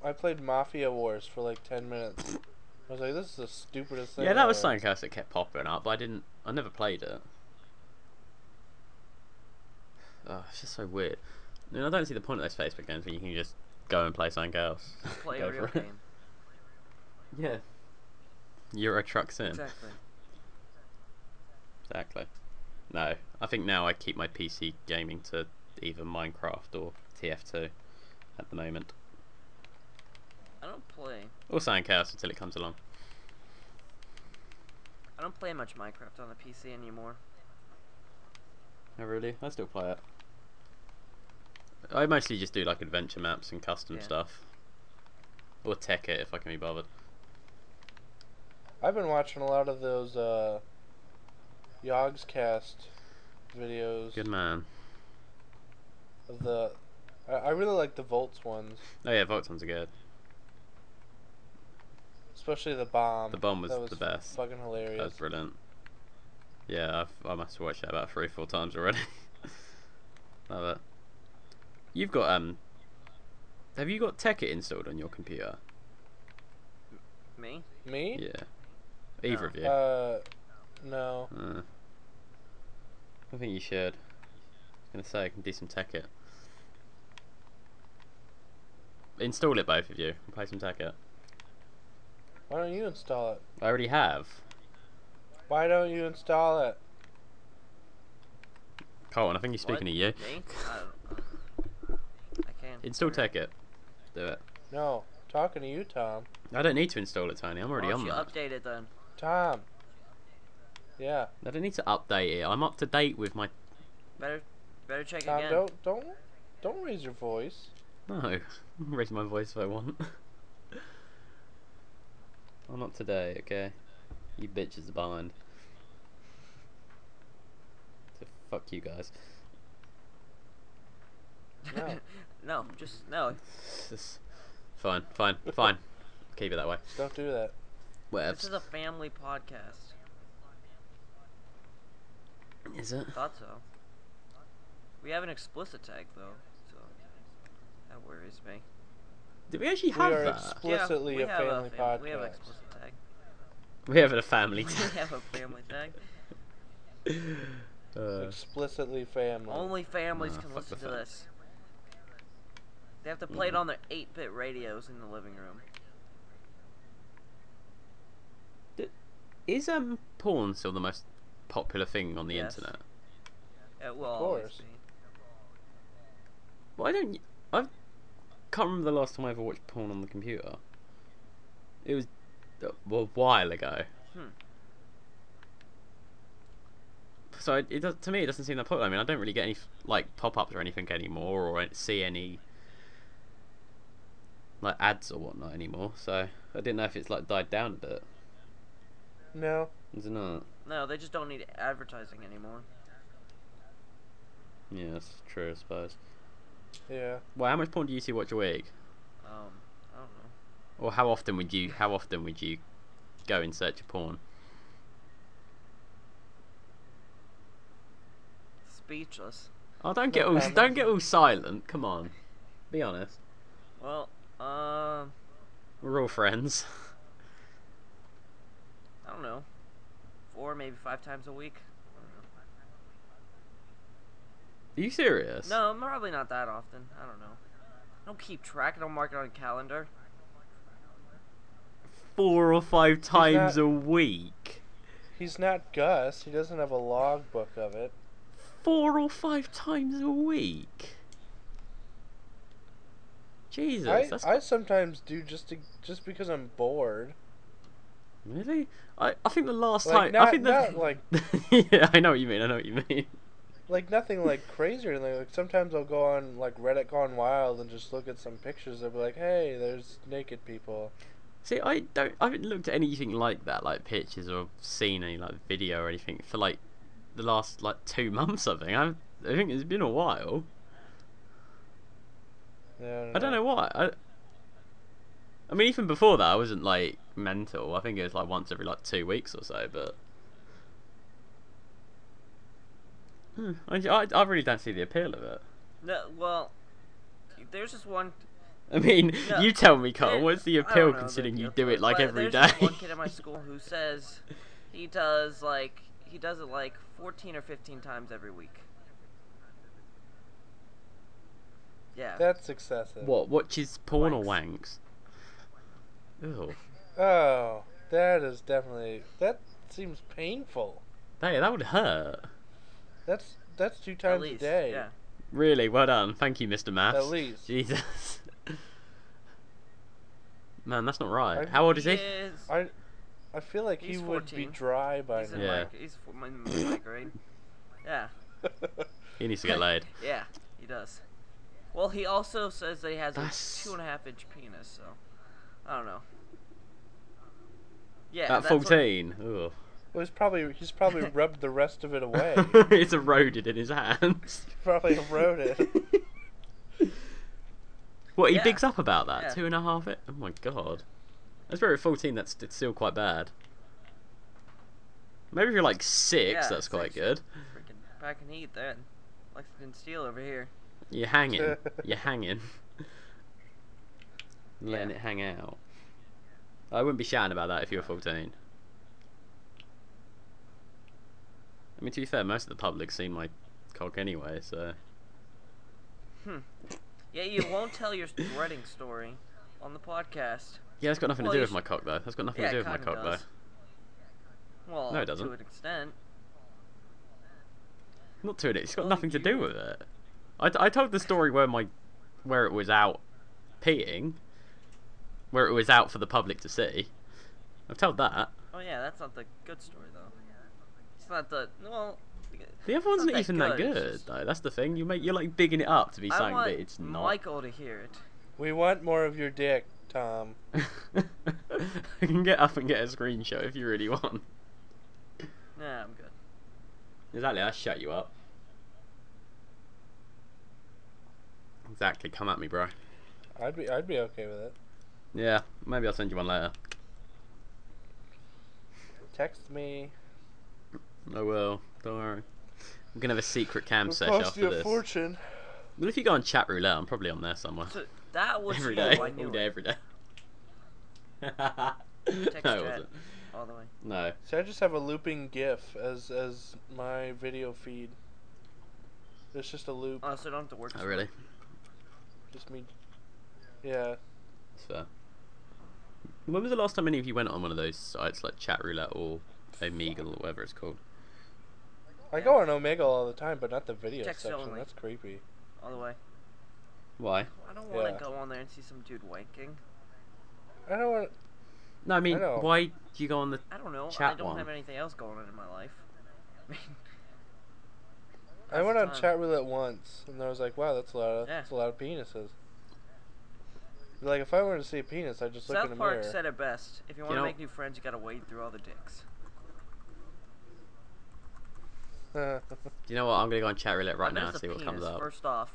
S3: I played Mafia Wars for like ten minutes. I was like, this is the stupidest thing.
S1: Yeah, that was
S3: ever.
S1: something else that kept popping up. But I didn't. I never played it. Oh, it's just so weird. I mean, I don't see the point of those Facebook games where you can just go and play something else.
S2: Play
S1: Go
S2: a real
S1: for it.
S2: game.
S1: Yeah. Euro Truck Sim.
S2: Exactly.
S1: Exactly. No, I think now I keep my PC gaming to either Minecraft or TF2 at the moment,
S2: I don't play.
S1: or something else until it comes along.
S2: I don't play much Minecraft on the PC anymore.
S1: Oh, really? I still play it. I mostly just do like adventure maps and custom
S2: Yeah.
S1: stuff, or tech it if I can be bothered.
S3: I've been watching a lot of those uh, Yogscast videos
S1: Good man.
S3: of the. I, I really like the Volts ones,
S1: Oh yeah, Voltons are good.
S3: especially the bomb.
S1: The bomb was,
S3: that
S1: the best.
S3: Fucking hilarious.
S1: That was brilliant. Yeah, I've, I must have watched that about three, four times already. Love it. You've got um. Have you got Tekkit installed on your computer?
S2: Me?
S3: Me?
S1: Yeah. Either
S2: No.
S1: of you.
S3: Uh, no.
S1: Uh, I think you should. I was gonna say I can do some Tekkit. Install it, both of you, and play some Tekkit.
S3: Why don't you install it?
S1: I already have.
S3: Why don't you install it?
S1: Colin, I think he's
S2: What?
S1: speaking to you.
S2: Me? I don't know. I can.
S1: Install
S2: Alright.
S1: Tekkit. Do it.
S3: No, talking to you, Tom.
S1: I don't need to install it, Tony. I'm
S2: Why
S1: already
S2: don't
S1: on
S2: you
S1: that.
S2: update it then?
S3: Tom. Yeah.
S1: I don't need to update it. I'm up to date with my.
S2: Better, better check
S3: Tom,
S2: again.
S3: don't don't don't raise your voice.
S1: No, raise my voice if I want. I'm not today, okay? You bitches are behind. So fuck you guys.
S3: No.
S2: no, just no.
S1: This- Fine, fine, fine. Keep it that way.
S3: Don't do that.
S2: This
S1: Whatevs.
S2: is a family podcast.
S1: Is it?
S2: Thought so. We have an explicit tag though, so that worries me.
S1: Do we actually
S3: We
S1: have
S3: are
S1: that?
S3: explicitly
S2: yeah, we
S3: a
S2: have
S3: family
S2: a fam-
S3: podcast.
S2: We have explicit tag.
S1: We have it a family.
S2: We have a family tag.
S1: Uh,
S3: explicitly family.
S2: Only families
S1: Nah,
S2: can
S1: fuck
S2: listen
S1: the
S2: to
S1: fam-
S2: this. They have to play it
S1: Mhm.
S2: on their 8-bit radios in the living room.
S1: is um porn still the most popular thing on the
S2: Yes.
S1: internet?
S2: It will Uh, always
S3: course.
S2: be.
S1: Why don't you? I can't remember the last time I ever watched porn on the computer. It was uh, well, a while ago.
S2: Hmm.
S1: So it, it does, to me, it doesn't seem that popular. I mean, I don't really get any like pop-ups or anything anymore, or I see any like ads or whatnot anymore. So I didn't know if it's like died down a bit.
S3: No.
S1: Is it not?
S2: No, they just don't need advertising anymore.
S1: Yeah, that's true, I suppose.
S3: Yeah.
S1: Well, how much porn do you see watch a week?
S2: Um, I don't know.
S1: Or how often would you how often would you go in search of porn?
S2: Speechless.
S1: Oh, don't get
S3: No
S1: all
S3: comment.
S1: don't get all silent. Come on, be honest.
S2: Well, um,
S1: We're all friends.
S2: I don't know. Four, maybe five times a week. I don't know.
S1: Are you serious?
S2: No, probably not that often. I don't know. I don't keep track. I don't mark it on a calendar.
S1: Four or five times
S3: that-
S1: a week.
S3: He's not Gus. He doesn't have a logbook of it.
S1: Four or five times a week. Jesus,
S3: I,
S1: that's
S3: I sometimes do just to, just because I'm bored.
S1: really. I, I think the last
S3: Like,
S1: time I
S3: not-
S1: think the
S3: not like-
S1: yeah I know what you mean I know what you mean.
S3: Like nothing like crazy or anything. Like sometimes I'll go on like Reddit Gone Wild and just look at some pictures. I'll be like, hey, there's naked people.
S1: See, I don't. I haven't looked at anything like that, like pictures or seen any like video or anything for like the last like two months. I think. I, haven't- I think it's been a while.
S3: Yeah,
S1: I don't know why. I. I mean, even before that, I wasn't like mental. I think it was like once every like two weeks or so. But Hmm, I, I, I really don't see the appeal of it.
S2: No, well, there's this one.
S1: I mean,
S2: No,
S1: you tell me, Carl.
S2: there-
S1: What's the
S2: I don't
S1: appeal
S2: know the
S1: considering you
S2: appeal
S1: do
S2: to
S1: it like
S2: but
S1: every day?
S2: there's this one kid at my school who says he does like he does it like 14 or 15 times every week. Yeah.
S3: That's excessive.
S1: What watches porn or wanks?
S2: Wanks.
S1: Ew.
S3: Oh, that is definitely that seems painful.
S1: Hey, that would hurt.
S3: That's that's two
S2: at
S3: times
S2: least.
S3: a day.
S2: Yeah.
S1: Really, well done. Thank you, Mr. Maths.
S3: At least.
S1: Jesus. Man, that's not right.
S3: I'm-
S1: How old is he?
S2: is-
S3: I I feel like he
S2: He's
S3: would be
S2: 14.
S3: dry by
S2: He's in
S1: Yeah.
S2: my he's for my, my grade. Yeah.
S3: now.
S1: He needs to get laid.
S2: Yeah, he does. Well, he also says that he has
S1: That's-
S2: a two and a half inch penis, so I don't know. Yeah,
S1: At
S2: that's what-
S1: fourteen, ugh.
S3: Well, he's probably he's probably rubbed the rest of it away.
S1: it's eroded in his hands.
S3: probably eroded.
S1: What he
S2: Yeah.
S1: bigs up about that
S2: Yeah.
S1: two and a half? It, oh my god, that's very fourteen. That's it's still quite bad. Maybe if you're like six,
S2: Yeah,
S1: that's quite
S2: six.
S1: good.
S2: freaking back and eat that. Lexington Steel over here.
S1: You're hanging. You're hanging. Letting
S2: Yeah.
S1: it hang out. I wouldn't be shouting about that if you were 14. I mean, to be fair, most of the public's seen my cock anyway, so.
S2: Yeah, you won't tell your threading story on the podcast.
S1: Yeah, that's got nothing
S2: Well,
S1: to do
S2: you
S1: with
S2: sh-
S1: my cock, though. That's got nothing
S2: yeah,
S1: to do
S2: it
S1: with my
S2: kinda
S1: cock,
S2: does.
S1: though.
S2: Well,
S1: No, it
S2: to
S1: doesn't.
S2: an extent.
S1: Not to it, it's got
S2: Well,
S1: nothing to
S2: you-
S1: do with it. I, t- I told the story where my. where it was out peeing. Where it was out for the public to see. I've told that.
S2: Oh yeah, that's not the good story though. It's not the well.
S1: The other one's
S2: Not
S1: not,
S2: that
S1: even that
S2: good, it's
S1: good,
S2: just-
S1: though. That's the thing. You make you're like bigging it up to be
S2: I
S1: saying
S2: want
S1: that it's not.
S2: Michael to hear it.
S3: we want more of your dick, Tom.
S1: I can get up and get a screenshot if you really want.
S2: Nah, I'm good.
S1: Exactly. I shut you up. Exactly. Come at me, bro.
S3: I'd be I'd be okay with it.
S1: Yeah. Maybe I'll send you one later.
S3: Text me.
S1: I will. Don't worry. I'm gonna have a secret cam
S3: It'll
S1: sesh
S3: cost you
S1: after
S3: a
S1: this.
S3: fortune.
S1: Well, if you go on chat roulette, I'm probably on there somewhere.
S2: So that was
S1: Every
S2: you.
S1: day,
S2: I knew
S1: all day,
S2: it.
S1: every day. no, it
S2: chat.
S1: wasn't.
S2: all the way.
S1: No.
S3: See, I just have a looping GIF as as my video feed. It's just a loop.
S2: Oh, so I don't have to work.
S1: Oh,
S2: so
S1: really?
S3: Just me. Yeah.
S1: That's fair. When was the last time any of you went on one of those sites like Chat Roulette or Omegle or whatever it's called?
S3: I go on Omega all the time, but not the video
S2: Text
S3: section.
S2: only.
S3: That's creepy.
S2: All the way.
S1: Why?
S2: I don't want to
S3: Yeah.
S2: go on there and see some dude wanking.
S3: I don't want.
S1: No, I mean,
S3: know.
S1: why do you go on the?
S2: I don't know. I
S1: Chat
S2: don't
S1: one.
S2: have anything else going on in my life. I mean,
S3: I went
S2: That's
S3: on
S2: fine.
S3: chat roulette once, and I was like, "Wow, that's a lot. Of,
S2: Yeah.
S3: That's a lot of penises." Like, if I wanted to see a penis, I'd just look in
S2: South
S3: a
S2: Park
S3: mirror.
S2: said it best. If you want to
S1: know-
S2: make new friends, you gotta wade through all the dicks.
S1: Do you know what? I'm gonna go on Chat Roulette right
S2: I bet
S1: now and
S2: it's
S1: see
S2: a
S1: what
S2: penis,
S1: comes up. First,
S2: First off.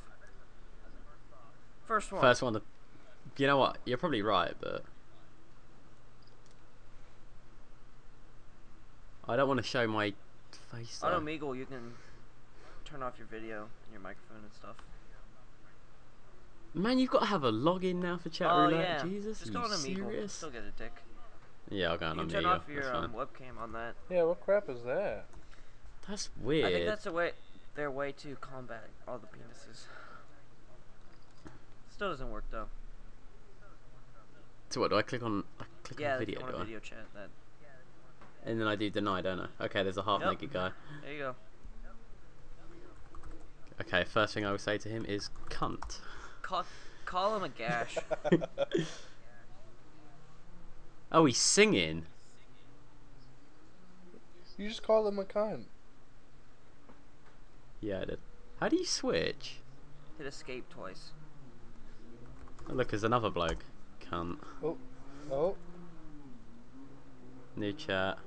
S2: First one.
S1: one. To... You know what? You're probably right, but I don't want to show my face.
S2: On
S1: though.
S2: Omegle, you can turn off your video and your microphone and stuff.
S1: Man, you've got to have a login now for Chat
S2: oh,
S1: Roulette.
S2: yeah.
S1: Jesus,
S2: Just
S1: are
S2: go on
S1: you
S2: Omegle. you'll
S1: serious?
S2: Still get a dick.
S1: Yeah, I'll go on
S2: you can
S1: Omegle.
S2: turn off
S1: that's,
S2: your
S1: fine.
S2: um, webcam on that.
S3: yeah, what crap is that?
S1: that's weird.
S2: I think that's the way, their way to combat all the penises. Still doesn't work though.
S1: So what? Do I click on? I click
S2: yeah,
S1: on
S2: if you
S1: video,
S2: want
S1: do
S2: a
S1: I?
S2: video chat, that.
S1: And then I do deny, don't I? Okay, there's a half
S2: Yep.
S1: naked guy.
S2: There you go.
S1: Okay, first thing I will say to him is cunt.
S2: Call, call him a gash.
S1: Oh, he's singing.
S3: You just call them a cunt.
S1: Yeah, I did. How do you switch?
S2: Hit escape twice.
S1: Oh, look, there's another bloke. Cunt.
S3: Oh,
S1: New chat.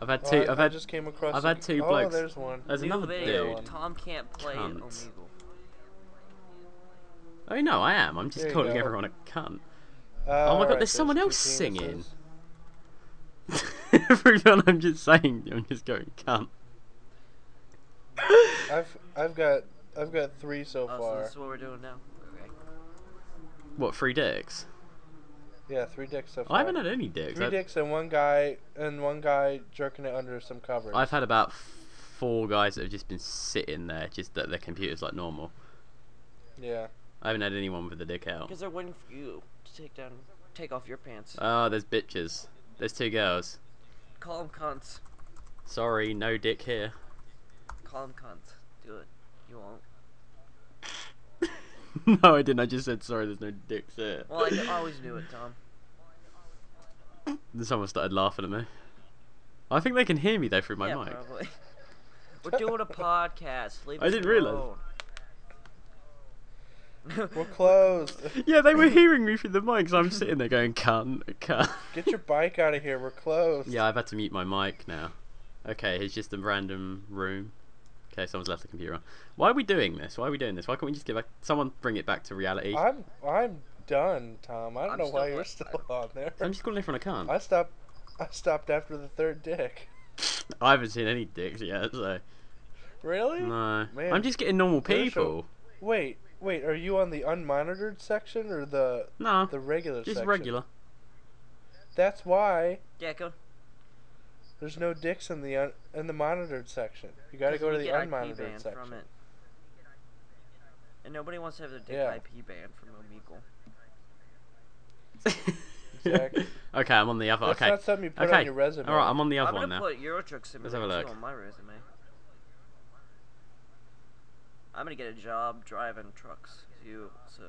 S1: I've had
S3: oh,
S1: two.
S3: I,
S1: I've
S3: I
S1: had.
S3: just came across.
S1: I've
S3: a-
S1: had two
S3: oh,
S1: blokes.
S3: there's one.
S1: There's
S2: New
S1: another
S2: video.
S1: dude.
S2: Tom can't play
S1: Cunt.
S2: Omegle.
S1: Oh no, I am. I'm just
S3: There you
S1: calling
S3: go.
S1: everyone a cunt.
S3: Ah,
S1: Oh my God,
S3: alright,
S1: there's someone
S3: two
S1: else
S3: penises.
S1: singing. Everyone, I'm just saying. I'm just going cunt.
S3: I've I've got I've got three so
S2: Oh, so
S3: far.
S2: this is what we're doing now. Oh. Okay.
S1: What? Three dicks?
S3: Yeah, three dicks so far.
S1: I haven't had any dicks.
S3: three
S1: I've,
S3: dicks and one guy and one guy jerking it under some cover.
S1: I've had about four guys that have just been sitting there, just at their computers like normal.
S3: Yeah.
S1: I haven't had anyone with a dick out.
S2: Because they're waiting for you to take down, take off your pants.
S1: Oh, there's bitches. There's two girls.
S2: Call them cunts.
S1: Sorry, no dick here.
S2: Call them cunts. Do it. You won't.
S1: no, I didn't. I just said sorry. There's no dicks here.
S2: Well, I kn- always knew it, Tom.
S1: Then Someone started laughing at me. I think they can hear me though through my
S2: yeah,
S1: mic.
S2: probably. we're doing a podcast. Leave
S1: I
S2: us
S1: didn't realise.
S2: alone.
S3: We're closed.
S1: Yeah, they were hearing me through the mic, 'cause I'm sitting there going, cunt, cunt.
S3: Get your bike out of here. We're closed.
S1: Yeah, I've had to mute my mic now. Okay, it's just a random room. Okay, someone's left the computer on. Why are we doing this? Why are we doing this? Why can't we just get back? Someone bring it back to reality. I'm,
S3: I'm I'm done, Tom. I don't
S2: I'm
S3: know why
S2: still
S3: you're
S2: like-
S3: still on there.
S1: just calling everyone a cunt.
S3: I stopped. I stopped after the third dick.
S1: I haven't seen any dicks yet, so
S3: Really?
S1: no.
S3: Man.
S1: I'm just getting normal
S3: Crucial.
S1: people.
S3: Wait, wait. Are you on the unmonitored section or the
S1: No,
S3: the regular
S1: just
S3: section?
S1: regular.
S3: That's why
S2: Yeah, go.
S3: there's no dicks in the un- in the monitored section. You got to
S2: 'cause
S3: go to
S2: we
S3: the
S2: get IP
S3: unmonitored
S2: banned
S3: section.
S2: From it. And nobody wants to have their dick
S3: Yeah.
S2: IP banned from Omegle.
S3: Exactly.
S1: okay, I'm on the other.
S3: That's
S1: okay,
S3: not something you put
S1: okay.
S3: on your resume.
S1: All right, I'm on the other
S2: I'm
S1: one
S2: gonna
S1: now.
S2: put Eurotruck Simulator
S1: have a
S2: 2
S1: look.
S2: on my resume. I'm gonna get a job driving trucks. You so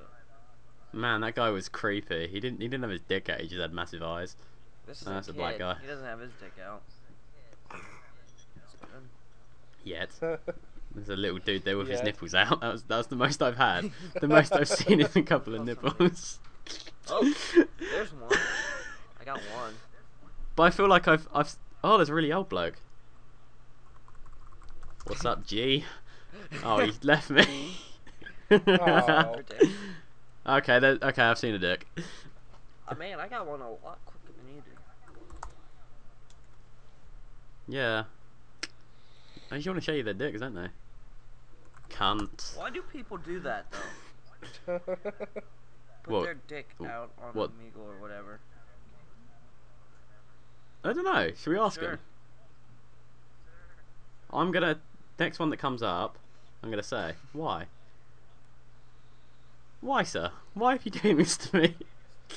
S1: Man, that guy was creepy. He didn't. He didn't have his dick out. He just had massive eyes.
S2: this is
S1: No,
S2: a,
S1: that's a black
S2: kid.
S1: guy.
S2: He doesn't have his dick out.
S1: Yet there's a little dude there with his
S3: Yeah.
S1: nipples out. That was that's the most I've had. The most I've seen is a couple of
S2: Awesome.
S1: nipples.
S2: Oh, there's one. I got one.
S1: But I feel like I've I've oh there's a really old bloke. What's up, G? Oh, he left me.
S2: Oh,
S3: Aw.
S2: For dick.
S1: okay, there, okay, I've seen a dick.
S2: Uh, man, I got one a lot quicker than you did.
S1: Yeah. I just want to show you their dicks, don't they? Cunt.
S2: Why do people do that though? Put
S1: What?
S2: their dick
S1: Wh-
S2: out on
S1: what?
S2: Omegle or whatever.
S1: I don't know. Should we ask
S2: Sure.
S1: him? I'm gonna next one that comes up. I'm gonna say why. Why, sir? Why are you doing this to me?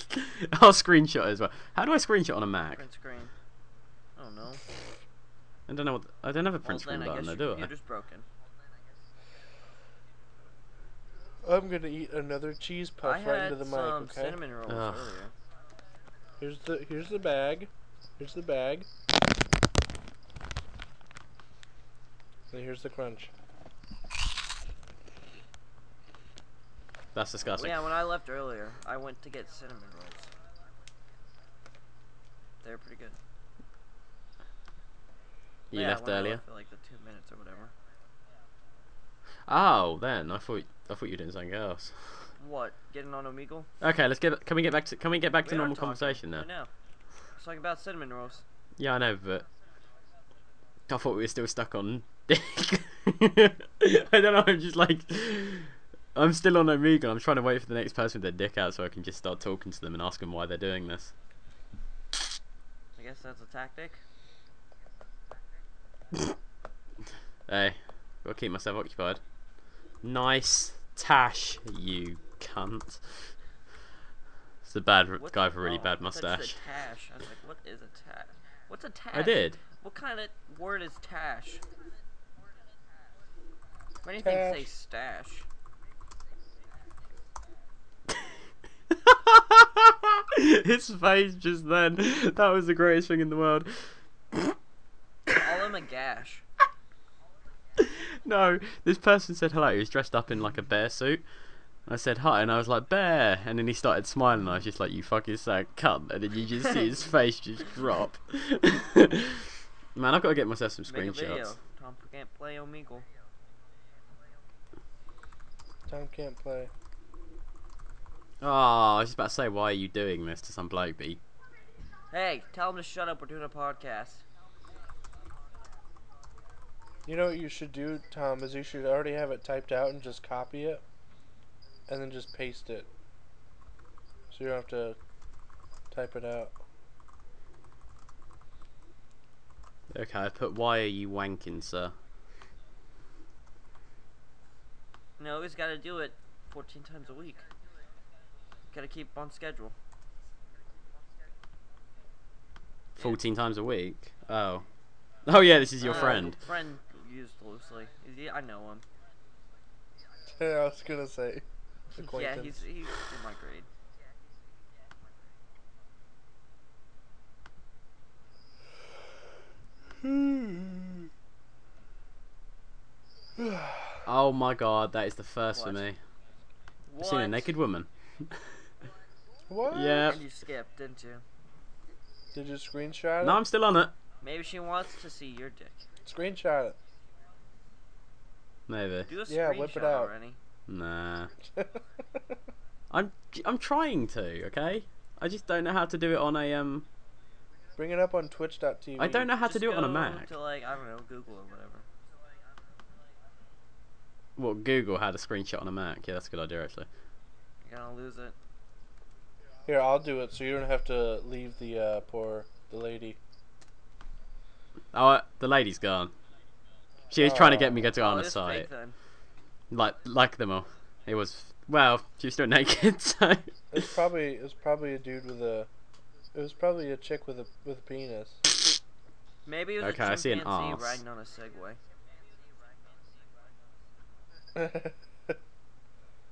S1: I'll screenshot as well. How do I screenshot on a Mac?
S2: Print screen. I don't know.
S1: I don't know. What, I don't have a
S2: Well,
S1: print screen
S2: then I
S1: button,
S2: guess
S1: though,
S2: your
S1: do I?
S2: computer's broken.
S3: I'm gonna eat another cheese puff
S2: I
S3: right
S2: had
S3: into the mic.
S2: some
S3: Okay.
S2: cinnamon rolls
S1: Ugh.
S2: earlier.
S3: Here's the here's the bag. Here's the bag. And here's the crunch.
S1: That's disgusting.
S2: Yeah, when I left earlier, I went to get cinnamon rolls. They're pretty good.
S1: you
S2: Yeah,
S1: left
S2: when I
S1: earlier.
S2: for like the two minutes or whatever.
S1: Oh, then I thought I thought you were doing something else.
S2: What? Getting on Omegle?
S1: Okay, let's get. Can we get back to? Can we get back to
S2: We are
S1: normal
S2: talking.
S1: conversation now?
S2: I know. Let's talk about cinnamon rolls.
S1: Yeah, I know, but I thought we were still stuck on dick. I don't know. I'm just like, I'm still on Omegle. I'm trying to wait for the next person with their dick out so I can just start talking to them and ask them why they're doing this.
S2: I guess that's a tactic.
S1: Hey, gotta keep myself occupied. Nice tash, you cunt. It's the bad r
S2: What-
S1: guy with a really
S2: oh,
S1: bad
S2: I thought you said
S1: mustache.
S2: Tash. I was like, what is a tash? What's a tash?
S1: I did.
S2: What kind of word is tash? Many things say
S3: Tash.
S2: stash.
S1: His face just then. That was the greatest thing in the world.
S2: All in a gash.
S1: No, this person said hello. He was dressed up in like a bear suit. I said hi, and I was like bear, and then he started smiling. And I was just like, "You fucking sack cunt!" And then you just see his face just drop. Man, I've got to get myself some
S2: Make a video.
S1: screenshots.
S2: Tom can't play Omegle.
S3: Tom can't play.
S1: Oh, I was just about to say, why are you doing this to some bloke? B?
S2: Hey, tell him to shut up. We're doing a podcast.
S3: You know what you should do, Tom, is you should already have it typed out and just copy it and then just paste it. So you don't have to type it out.
S1: Okay, I put, "Why are you wanking, sir?"
S2: No, he's got to do it 14 times a week. Got to keep on schedule.
S1: Fourteen times a week. Oh, oh yeah, this is your
S2: Uh,
S1: friend.
S2: Friend used loosely. Is he- I know him.
S3: I was gonna say.
S2: Yeah,
S3: acquaintance.
S2: he's he's in my grade.
S1: Oh my god, that is the first for
S2: What?
S1: me. I've seen a
S2: What?
S1: naked woman.
S3: What?
S1: yeah.
S2: And you skipped, didn't you?
S3: Did you screenshot it?
S1: No, I'm still on it.
S2: Maybe she wants to see your dick.
S3: Screenshot it.
S1: Maybe.
S2: Do a
S3: Yeah,
S2: screenshot
S3: whip it out.
S2: already.
S1: Nah. I'm I'm trying to. Okay. I just don't know how to do it on a um.
S3: Bring it up on twitch.tv.
S1: I don't know how to
S2: Just
S1: do it on a
S2: go
S1: Mac.
S2: To like I don't know, Google or whatever.
S1: Well, Google had a screenshot on a Mac. Yeah, that's a good idea actually.
S2: You're gonna lose it.
S3: Here, I'll do it so you don't have to leave the uh, poor the lady.
S1: Oh, uh, the lady's gone. She was trying to get me to go
S2: Oh,
S1: on
S2: it
S1: a
S2: is fake
S1: site.
S2: then.
S1: Like like them all. It was well, she was still naked, so
S3: It's probably it's probably a dude with a. It was probably a chick with a with a penis.
S2: Maybe it was
S1: Okay,
S2: a
S1: I see an
S2: chimpanzee
S1: arse.
S2: riding on a Segway.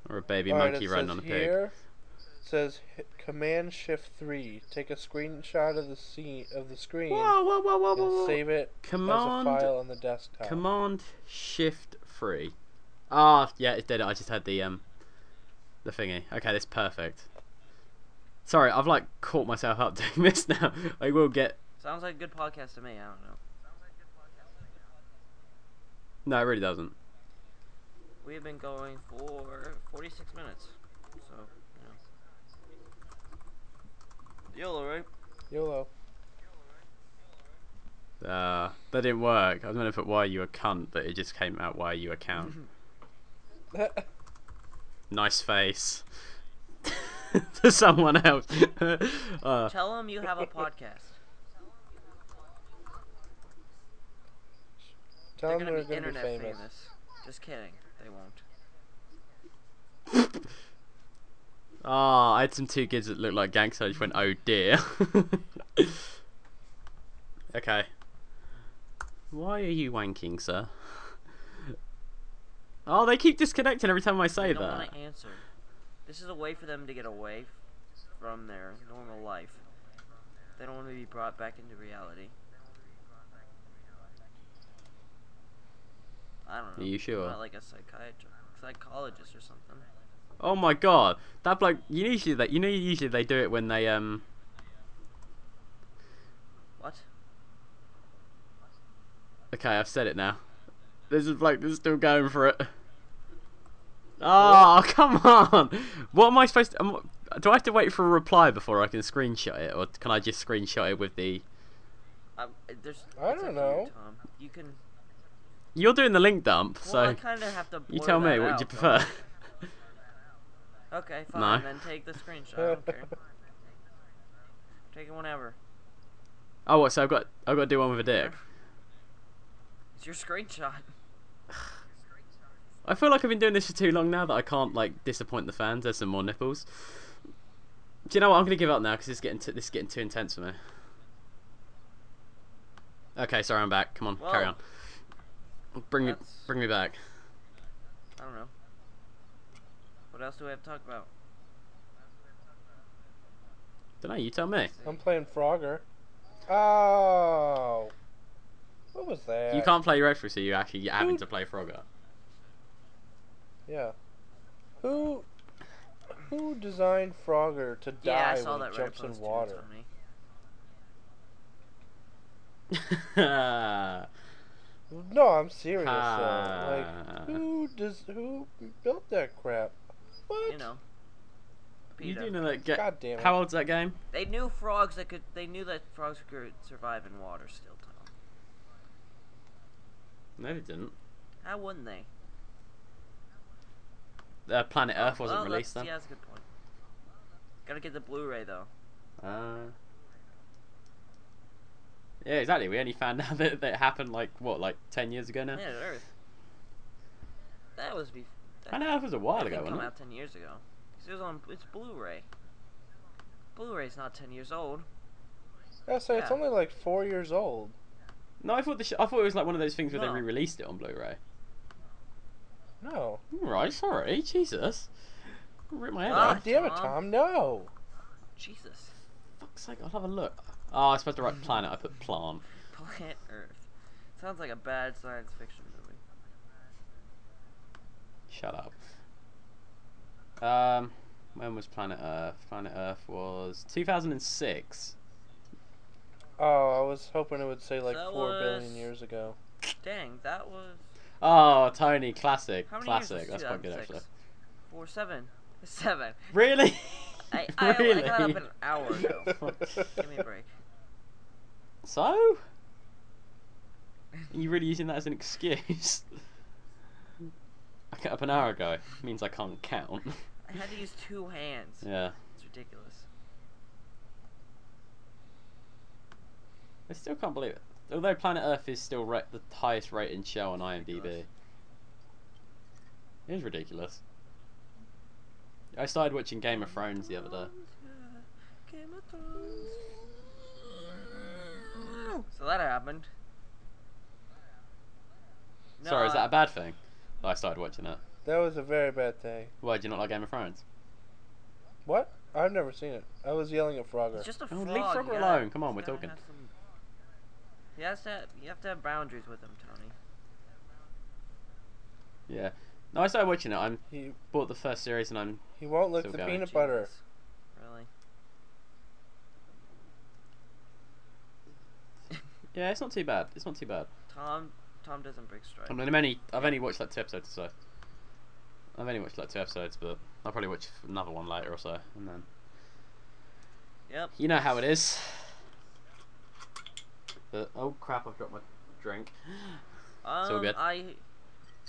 S1: or a baby
S3: Alright,
S1: monkey
S3: it
S1: riding
S3: says
S1: on a pig.
S3: here, it says hit Command Shift three. Take a screenshot of the scene of the screen
S1: Whoa, whoa, whoa, whoa, whoa,
S3: and
S1: whoa.
S3: save it
S1: Command-
S3: as a file on the desktop.
S1: Command Shift Free. Ah, yeah, it did. it. I just had the um, the thingy. Okay, that's perfect. Sorry, I've like caught myself up doing this now. I will get.
S2: Sounds like a good podcast to me. I don't know.
S1: No, it really doesn't.
S2: We have been going for 46 minutes, so you know. YOLO, right?
S3: YOLO.
S1: Uh, that didn't work. I was gonna put "Why you a cunt," but it just came out "Why you a count." nice face. to someone else. uh,
S2: Tell them you have a podcast.
S3: Tell them
S2: they're
S3: they're
S2: be
S3: gonna be
S2: internet
S3: famous.
S2: famous. Just kidding, they won't.
S1: Ah, I had some two kids that looked like gangsters. I just went, oh dear. okay. Why are you wanking, sir? Oh, they keep disconnecting every time I say
S2: They don't want
S1: that.
S2: to answer. This is a way for them to get away from their normal life. They don't want to be brought back into reality. I don't know.
S1: Are you sure?
S2: Not like a psychiatrist, psychologist or something.
S1: Oh my god, that bloke. You usually that you know usually they do it when they um.
S2: What?
S1: Okay, I've said it now. This is bloke that's still going for it. Oh come on! What am I supposed to? am- do I have to wait for a reply before I can screenshot it, or can I just screenshot it with the?
S2: I, there's,
S3: I
S2: it's up
S3: don't
S2: to you,
S3: know.
S2: Tom. You can.
S1: You're doing the link dump,
S2: Well,
S1: so.
S2: I kind of have to.
S1: You
S2: blur
S1: tell me,
S2: that
S1: what
S2: out,
S1: would you
S2: don't
S1: prefer?
S2: I? Okay, fine.
S1: No.
S2: Then take the screenshot. I don't care. Take it whenever.
S1: oh, what? So I've got I've got to do one with a dick.
S2: It's your screenshot.
S1: I feel like I've been doing this for too long now that I can't like disappoint the fans. There's some more nipples. Do you know what? I'm gonna give up now because it's getting t- this is getting too intense for me. Okay, sorry, I'm back. Come on, carry on.
S2: Well,
S1: Bring me
S2: that's-
S1: bring me back.
S2: I don't know. What else do we have to talk about?
S1: Don't know. You tell me.
S3: I'm playing Frogger. Oh. What was that?
S1: You can't play retro, so you actually you're having
S3: Who-
S1: to play Frogger.
S3: Yeah. Who who designed Frogger to die
S2: yeah, I saw
S3: when
S2: that
S3: it
S2: right
S3: jumps in water?
S2: Me.
S3: No, I'm serious. though.
S1: Ah.
S3: Like who does who built that crap? What?
S2: You know.
S1: you
S2: PETA.
S1: do know that. Ge-
S3: God damn it.
S1: How old's that game?
S2: They knew frogs that could. They knew that frogs could survive in water still, Tom.
S1: No, they didn't.
S2: How wouldn't they?
S1: Uh, Planet Earth
S2: Oh,
S1: wasn't
S2: well,
S1: released then.
S2: that's- Yeah, that's a good point. Gotta get the Blu-ray though.
S1: Uh, yeah, exactly. We only found out that, that it happened like what, like ten years ago now.
S2: Planet Earth. That was be. That,
S1: I know it was a while
S2: that
S1: ago,
S2: thing
S1: wasn't
S2: come
S1: it?
S2: out ten years ago. 'Cause it was on. It's Blu-ray. Blu-ray's not ten years old.
S3: Yeah, so it's
S2: Yeah.
S3: only like four years old.
S1: No, I thought the sh- I thought it was like one of those things where
S2: No.
S1: they re-released it on Blu-ray.
S3: No.
S1: Right, sorry, Jesus. Rip my head
S2: Ah.
S1: off.
S3: God damn it,
S2: Tom.
S3: Tom, no.
S2: Jesus.
S1: Fuck's sake, I'll have a look. Oh, I was supposed to write planet. I put plant.
S2: Planet Earth. Sounds like a bad science fiction movie.
S1: Shut up. Um, when was Planet Earth? Planet Earth was 2006.
S3: Oh, I was hoping it would say like
S2: That
S3: four billion
S2: was-
S3: years ago.
S2: Dang, that was
S1: Oh, Tony, classic,
S2: how many years
S1: classic.
S2: was
S1: That's quite good actually.
S2: 2006? Four seven. Seven.
S1: Really?
S2: I, I,
S1: really?
S2: I got up an hour ago. Give me a break.
S1: So? Are you really using that as an excuse? I got up an hour ago. Means I can't count.
S2: I had to use two hands.
S1: yeah.
S2: It's ridiculous.
S1: I still can't believe it. Although Planet Earth is still ra- the highest rated show on IMDb.
S2: Ridiculous.
S1: It is ridiculous. I started watching Game of Thrones the other day.
S2: Game of Thrones. Oh, So that happened. No, uh,
S1: Sorry, is that
S2: I-
S1: a bad thing? that I started watching it.
S3: That was a very bad thing.
S1: Why do you not like Game of Thrones?
S3: What? I've never seen it. I was yelling at Frogger.
S2: It's just a
S1: Oh,
S2: frog.
S1: leave Frogger
S2: you gotta-
S1: alone. Come on,
S2: you
S1: we're
S2: gotta
S1: talking.
S2: have some- He has to. You have to have boundaries with him, Tony.
S1: Yeah. No, I started watching it. I
S3: He
S1: bought the first series and I'm
S3: he won't lick
S1: So
S3: the
S1: going
S3: peanut
S1: to
S3: butter.
S2: Jeez. Really?
S1: Yeah, it's not too bad. It's not too bad.
S2: Tom. Tom doesn't break stride.
S1: I mean, I'm only, I've only watched like two episodes or so. I've only watched like two episodes, but I'll probably watch another one later or so, and then
S2: Yep.
S1: you know how it is. But oh crap, I've dropped my drink.
S2: Um,
S1: all good.
S2: I,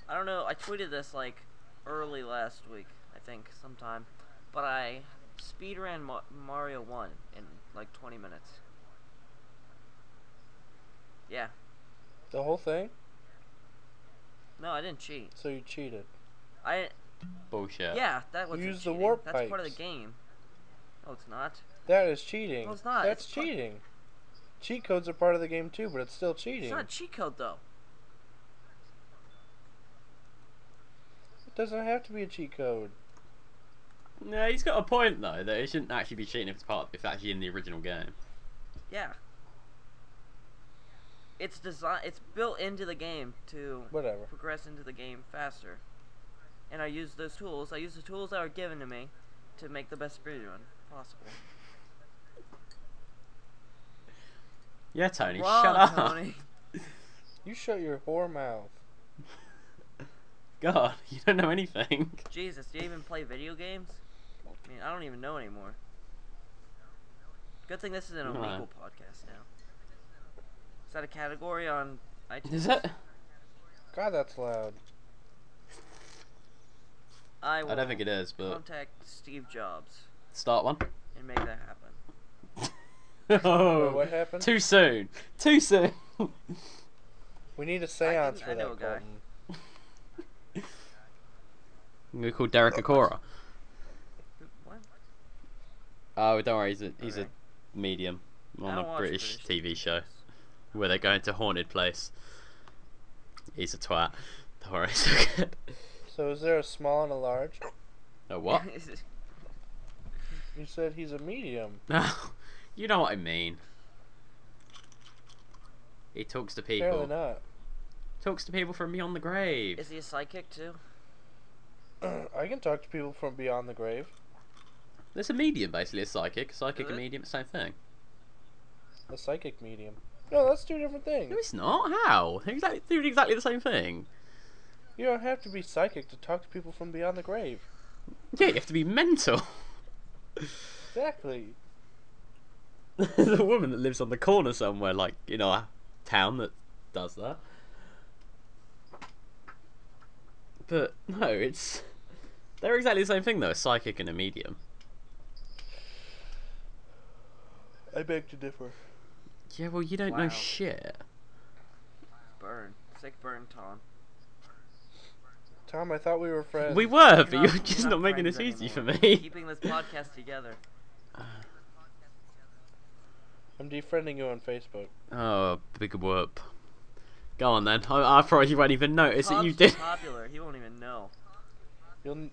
S2: I don't know. I tweeted this like early last week, I think, sometime. But I speed ran Ma- Mario One in like 20 minutes. Yeah.
S3: The whole thing?
S2: No, I didn't cheat.
S3: So you cheated.
S2: I
S1: Bullshit.
S2: yeah, that was
S3: Use the
S2: cheating.
S3: warp
S2: That's part of the
S3: pipes.
S2: game. No, it's not.
S3: That is cheating.
S2: No, it's not.
S3: That's
S2: It's fu-
S3: cheating. Cheat codes are part of the game too, but it's still cheating.
S2: It's not a cheat code though.
S3: It doesn't have to be a cheat code.
S1: No, he's got a point though. That it shouldn't actually be cheating if it's part, if it's actually in the original game.
S2: Yeah. It's design. It's built into the game to
S3: Whatever.
S2: progress into the game faster. And I used those tools. I used the tools that were given to me to make the best speedrun possible.
S1: Yeah, Tony,
S2: Wrong,
S1: shut up.
S2: Tony.
S3: You shut your whore mouth.
S1: God, you don't know anything.
S2: Jesus, do you even play video games? I mean, I don't even know anymore. Good thing this is an
S1: No.
S2: illegal podcast now. Is that a category on iTunes?
S1: Is it?
S3: God, that's loud.
S2: I
S1: I
S2: will
S1: don't think it is, but
S2: contact Steve Jobs
S1: start one.
S2: and make that happen.
S3: Wait,
S1: oh,
S3: what happened?
S1: too soon. Too soon.
S3: We need a séance
S2: didn't-
S3: for
S2: I know
S3: that.
S2: a guy.
S3: Colton.
S1: We call Derek Akora.
S2: What?
S1: Oh, don't worry. He's a he's
S2: Okay.
S1: a medium
S2: I
S1: on
S2: don't
S1: a
S2: watch
S1: British, TV
S2: British
S1: show
S2: shows.
S1: where they go into haunted place. He's a twat. Don't worry. it's all good.
S3: So is there a small and a large?
S1: a what?
S2: Is it-
S3: You said he's a medium.
S1: No, you know what I mean. He talks to
S3: Apparently
S1: people.
S3: not.
S1: Talks to people from beyond the grave.
S2: is he a psychic too?
S3: I can talk to people from beyond the grave.
S1: There's a medium basically, a psychic, a psychic,
S2: Is
S1: a
S2: it? Mm.
S1: medium, same thing.
S3: The psychic medium. No, that's two different things.
S1: No, it's not. How? They're exactly, they're exactly the same thing.
S3: You don't have to be psychic to talk to people from beyond the grave.
S1: Yeah, you have to be mental.
S3: Exactly.
S1: There's a woman that lives on the corner somewhere, like in our town, that does that. But no, it's they're exactly the same thing though, a psychic and a medium.
S3: I beg to differ.
S1: Yeah, well, you don't
S2: Wow.
S1: know shit.
S2: Burn. Sick burn, Tom.
S3: Tom, I thought we were friends.
S1: We were, but
S2: We're
S1: you're
S2: not-
S1: just
S2: we're
S1: not making
S2: friends
S1: this easy for
S2: anymore.
S1: me.
S2: Keeping this podcast together.
S3: I'm defriending you on Facebook.
S1: Oh, big whoop. Go on then. I, I probably won't even notice that you
S2: Tom's
S1: did.
S2: so popular. He won't even know.
S3: You'll n-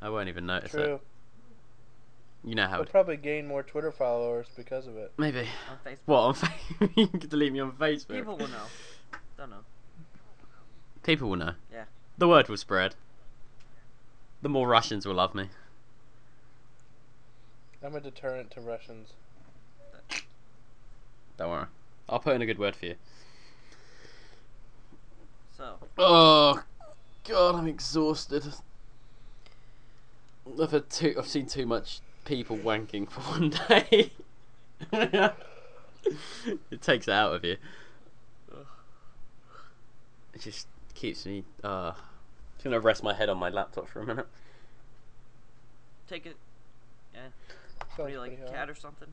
S1: I won't even notice
S3: true.
S1: it. You know how
S3: You'll
S1: it.
S3: probably gain more Twitter followers because of it.
S1: Maybe.
S2: On Facebook.
S1: What? On fa- you can delete me on Facebook.
S2: People will know. Don't know.
S1: People will know.
S2: Yeah.
S1: The word will spread. the more Russians will love me.
S3: I'm a deterrent to Russians.
S1: Don't worry. I'll put in a good word for you.
S2: So,
S1: Oh god, I'm exhausted. I've had too I've seen too much people wanking for one day. it takes it out of you. It just keeps me uh just gonna rest my head on my laptop for a minute.
S2: take it.
S3: Sounds
S2: What do you like,
S3: pretty hot.
S2: cat or something?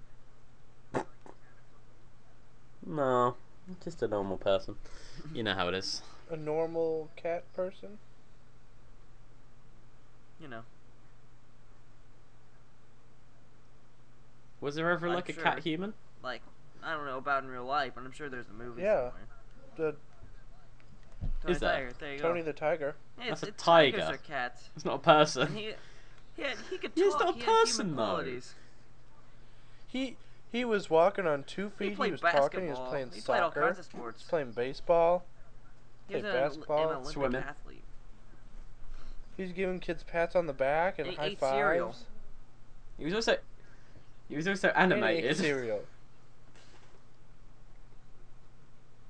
S1: No. Just a normal person. You know how it is.
S3: A normal cat person?
S2: You know.
S1: Was there ever
S2: I'm
S1: like a
S2: sure.
S1: cat human?
S2: like I don't know about in real life, but I'm sure there's a movie.
S3: Yeah.
S2: somewhere.
S3: The-
S2: Tony
S1: Is there?
S2: Tiger, there you
S3: Tony
S2: go.
S3: the tiger.
S2: Yeah, it's,
S1: That's a
S2: it's tigers
S1: tiger.
S2: are cats.
S1: It's not a person.
S2: And he, he, had, he could talk.
S1: Yeah, it's not a
S2: he had human
S1: person, though.
S2: qualities.
S3: He he was walking on two feet.
S2: He
S3: He,
S2: played
S3: was
S2: basketball.
S3: talking. He was playing
S2: he played all
S3: soccer.
S2: kinds of
S3: He
S2: sports.
S3: was playing baseball.
S2: he was
S3: played
S2: an, Oli-
S3: basketball,
S2: an Olympic
S1: swimming.
S2: athlete.
S3: He's giving kids pats on the back and
S2: And he
S3: high
S2: ate cereal.
S3: fives.
S1: He was also he was also
S3: And he ate
S1: animated.
S3: cereal.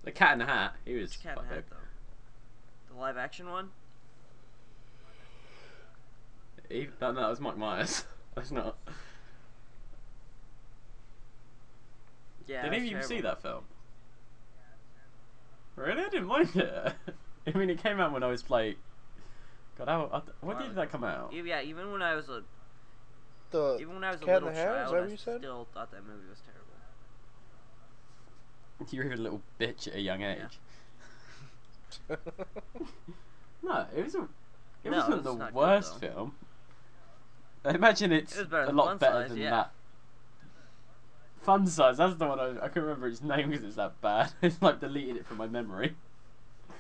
S1: The Cat in the Hat. He was
S2: Which cat in the hat
S1: fucking-
S2: though? The live action one?
S1: he, that, that was Mike Myers. That's not.
S2: Yeah.
S1: Did
S2: it was
S1: any of you see
S2: terrible.
S1: that film? Really, I didn't mind it. I mean, it came out when I was like, God, how? I, when
S2: Wow.
S1: did that come out?
S2: E- Yeah, even when I was a
S3: The
S2: even when I was a
S3: Cat in
S2: little
S3: the Hat? Is
S2: child,
S3: that
S2: I
S3: what you said?
S2: still thought that movie was terrible.
S1: You were a little bitch at a young age.
S2: Yeah.
S1: No, it was a. It
S2: No,
S1: wasn't
S2: it's
S1: the
S2: not good,
S1: worst
S2: though.
S1: film. I imagine it's
S2: It was better
S1: a
S2: than
S1: lot
S2: Fun
S1: better
S2: Size,
S1: than
S2: yeah.
S1: that. Fun size. That's the one I, I can remember its name because it's that bad. it's like deleted it from my memory. It